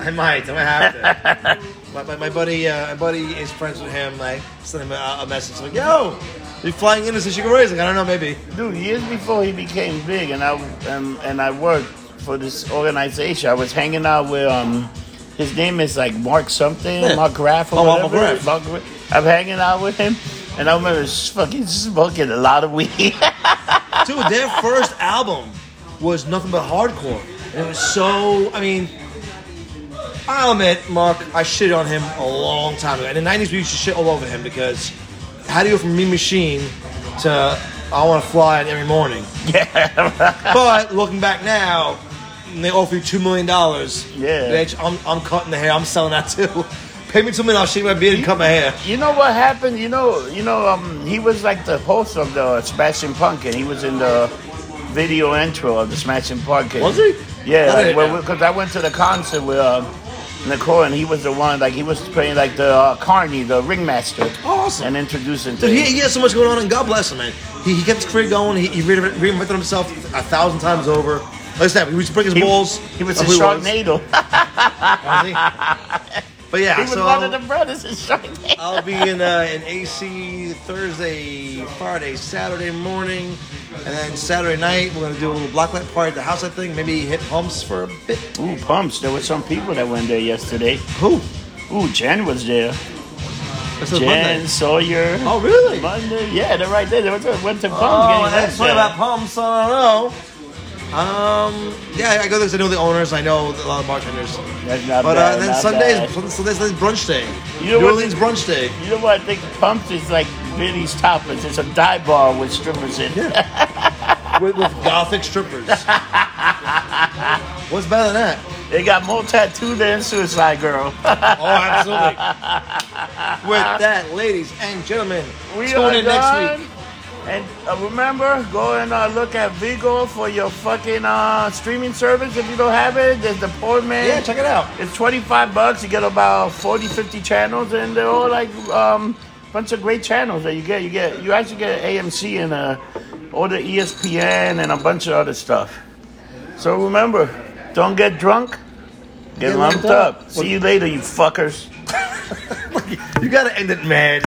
Speaker 2: I might. I might have to. my, my, my buddy, uh, my buddy is friends with him. I sent him a, a message like, "Yo, you flying in as a Chicago Rays?" Like, I don't know, maybe.
Speaker 3: Dude, years before he became big, and I um, and I worked for this organization. I was hanging out with um, his name is like Mark something,
Speaker 2: Yeah.
Speaker 3: Mark Graff or
Speaker 2: Oh, Mark
Speaker 3: whatever.
Speaker 2: McGrath.
Speaker 3: Mark Gra- I'm hanging out with him, and I remember s- fucking smoking a lot of weed.
Speaker 2: Dude, their first album was nothing but hardcore. And it was so. I mean, I'll admit, Mark, I shit on him a long time ago. In the '90s, we used to shit all over him because how do you go from Mean Machine to I want to fly it every morning? Yeah. but looking back now, and they offer you two million dollars.
Speaker 3: Yeah.
Speaker 2: Bitch, I'm, I'm cutting the hair. I'm selling that too. Pay me two million. I'll shave my beard and cut my hair.
Speaker 3: you know what happened? You know, you know, um, he was like the host of the Smashing Pumpkin. He was in the video intro of the Smashing Pumpkin.
Speaker 2: Was he?
Speaker 3: Yeah,
Speaker 2: I
Speaker 3: like,
Speaker 2: didn't know.
Speaker 3: well, because I went to the concert with uh, Nicole, and he was the one, like, he was playing, like, the uh, Carney, the ringmaster.
Speaker 2: Oh, Awesome.
Speaker 3: And introducing
Speaker 2: Dude, he,
Speaker 3: things.
Speaker 2: he has so much going on, and God bless him, man. He, he kept his career going. He, he reinvent- reinvented himself a thousand times over. Like I said, he used to break his balls.
Speaker 3: He was in
Speaker 2: That's who Oh, he
Speaker 3: Sharknado.
Speaker 2: was. But yeah,
Speaker 3: he was
Speaker 2: so
Speaker 3: one of the brothers in Sharknado.
Speaker 2: I'll be in uh, in AC Thursday, Friday, Saturday morning, and then Saturday night we're gonna do a little blacklight party at the house. I think maybe hit humps for a bit.
Speaker 3: Ooh, pumps. There were some people that went there yesterday.
Speaker 2: Who?
Speaker 3: Ooh, Jen was there.
Speaker 2: This is
Speaker 3: Jen
Speaker 2: Monday.
Speaker 3: Sawyer.
Speaker 2: Oh really?
Speaker 3: Monday. Yeah, they're right there. They went to, went to pumps.
Speaker 2: Oh,
Speaker 3: getting
Speaker 2: that's
Speaker 3: lunch
Speaker 2: funny
Speaker 3: there.
Speaker 2: about pumps. I don't know. Um, yeah, I go there because I know the owners. I know a lot of bartenders.
Speaker 3: That's not
Speaker 2: But
Speaker 3: bad.
Speaker 2: uh, then
Speaker 3: not
Speaker 2: Sunday's
Speaker 3: bad.
Speaker 2: Sunday's, Sunday's brunch day.
Speaker 3: You know
Speaker 2: New
Speaker 3: what-
Speaker 2: Orleans brunch day.
Speaker 3: You know what? I think Pumps is like Billy's Tapas. It's a dive bar with strippers in. it.
Speaker 2: with, with gothic strippers. What's better than that?
Speaker 3: They got more tattoo than Suicide Girl.
Speaker 2: Oh, absolutely. with that, ladies and gentlemen,
Speaker 3: we
Speaker 2: tune
Speaker 3: are
Speaker 2: in next
Speaker 3: done.
Speaker 2: week.
Speaker 3: And uh, remember, go and uh, look at Vigo for your fucking uh, streaming service if you don't have it. There's the poor man.
Speaker 2: Yeah, check it out.
Speaker 3: It's 25 bucks. You get about 40, 50 channels, and they're all like um bunch of great channels that you get. You get you actually get AMC and uh, all the ESPN and a bunch of other stuff. So remember, don't get drunk. Get, lumped up. See you later, you fuckers.
Speaker 2: You gotta end it mad.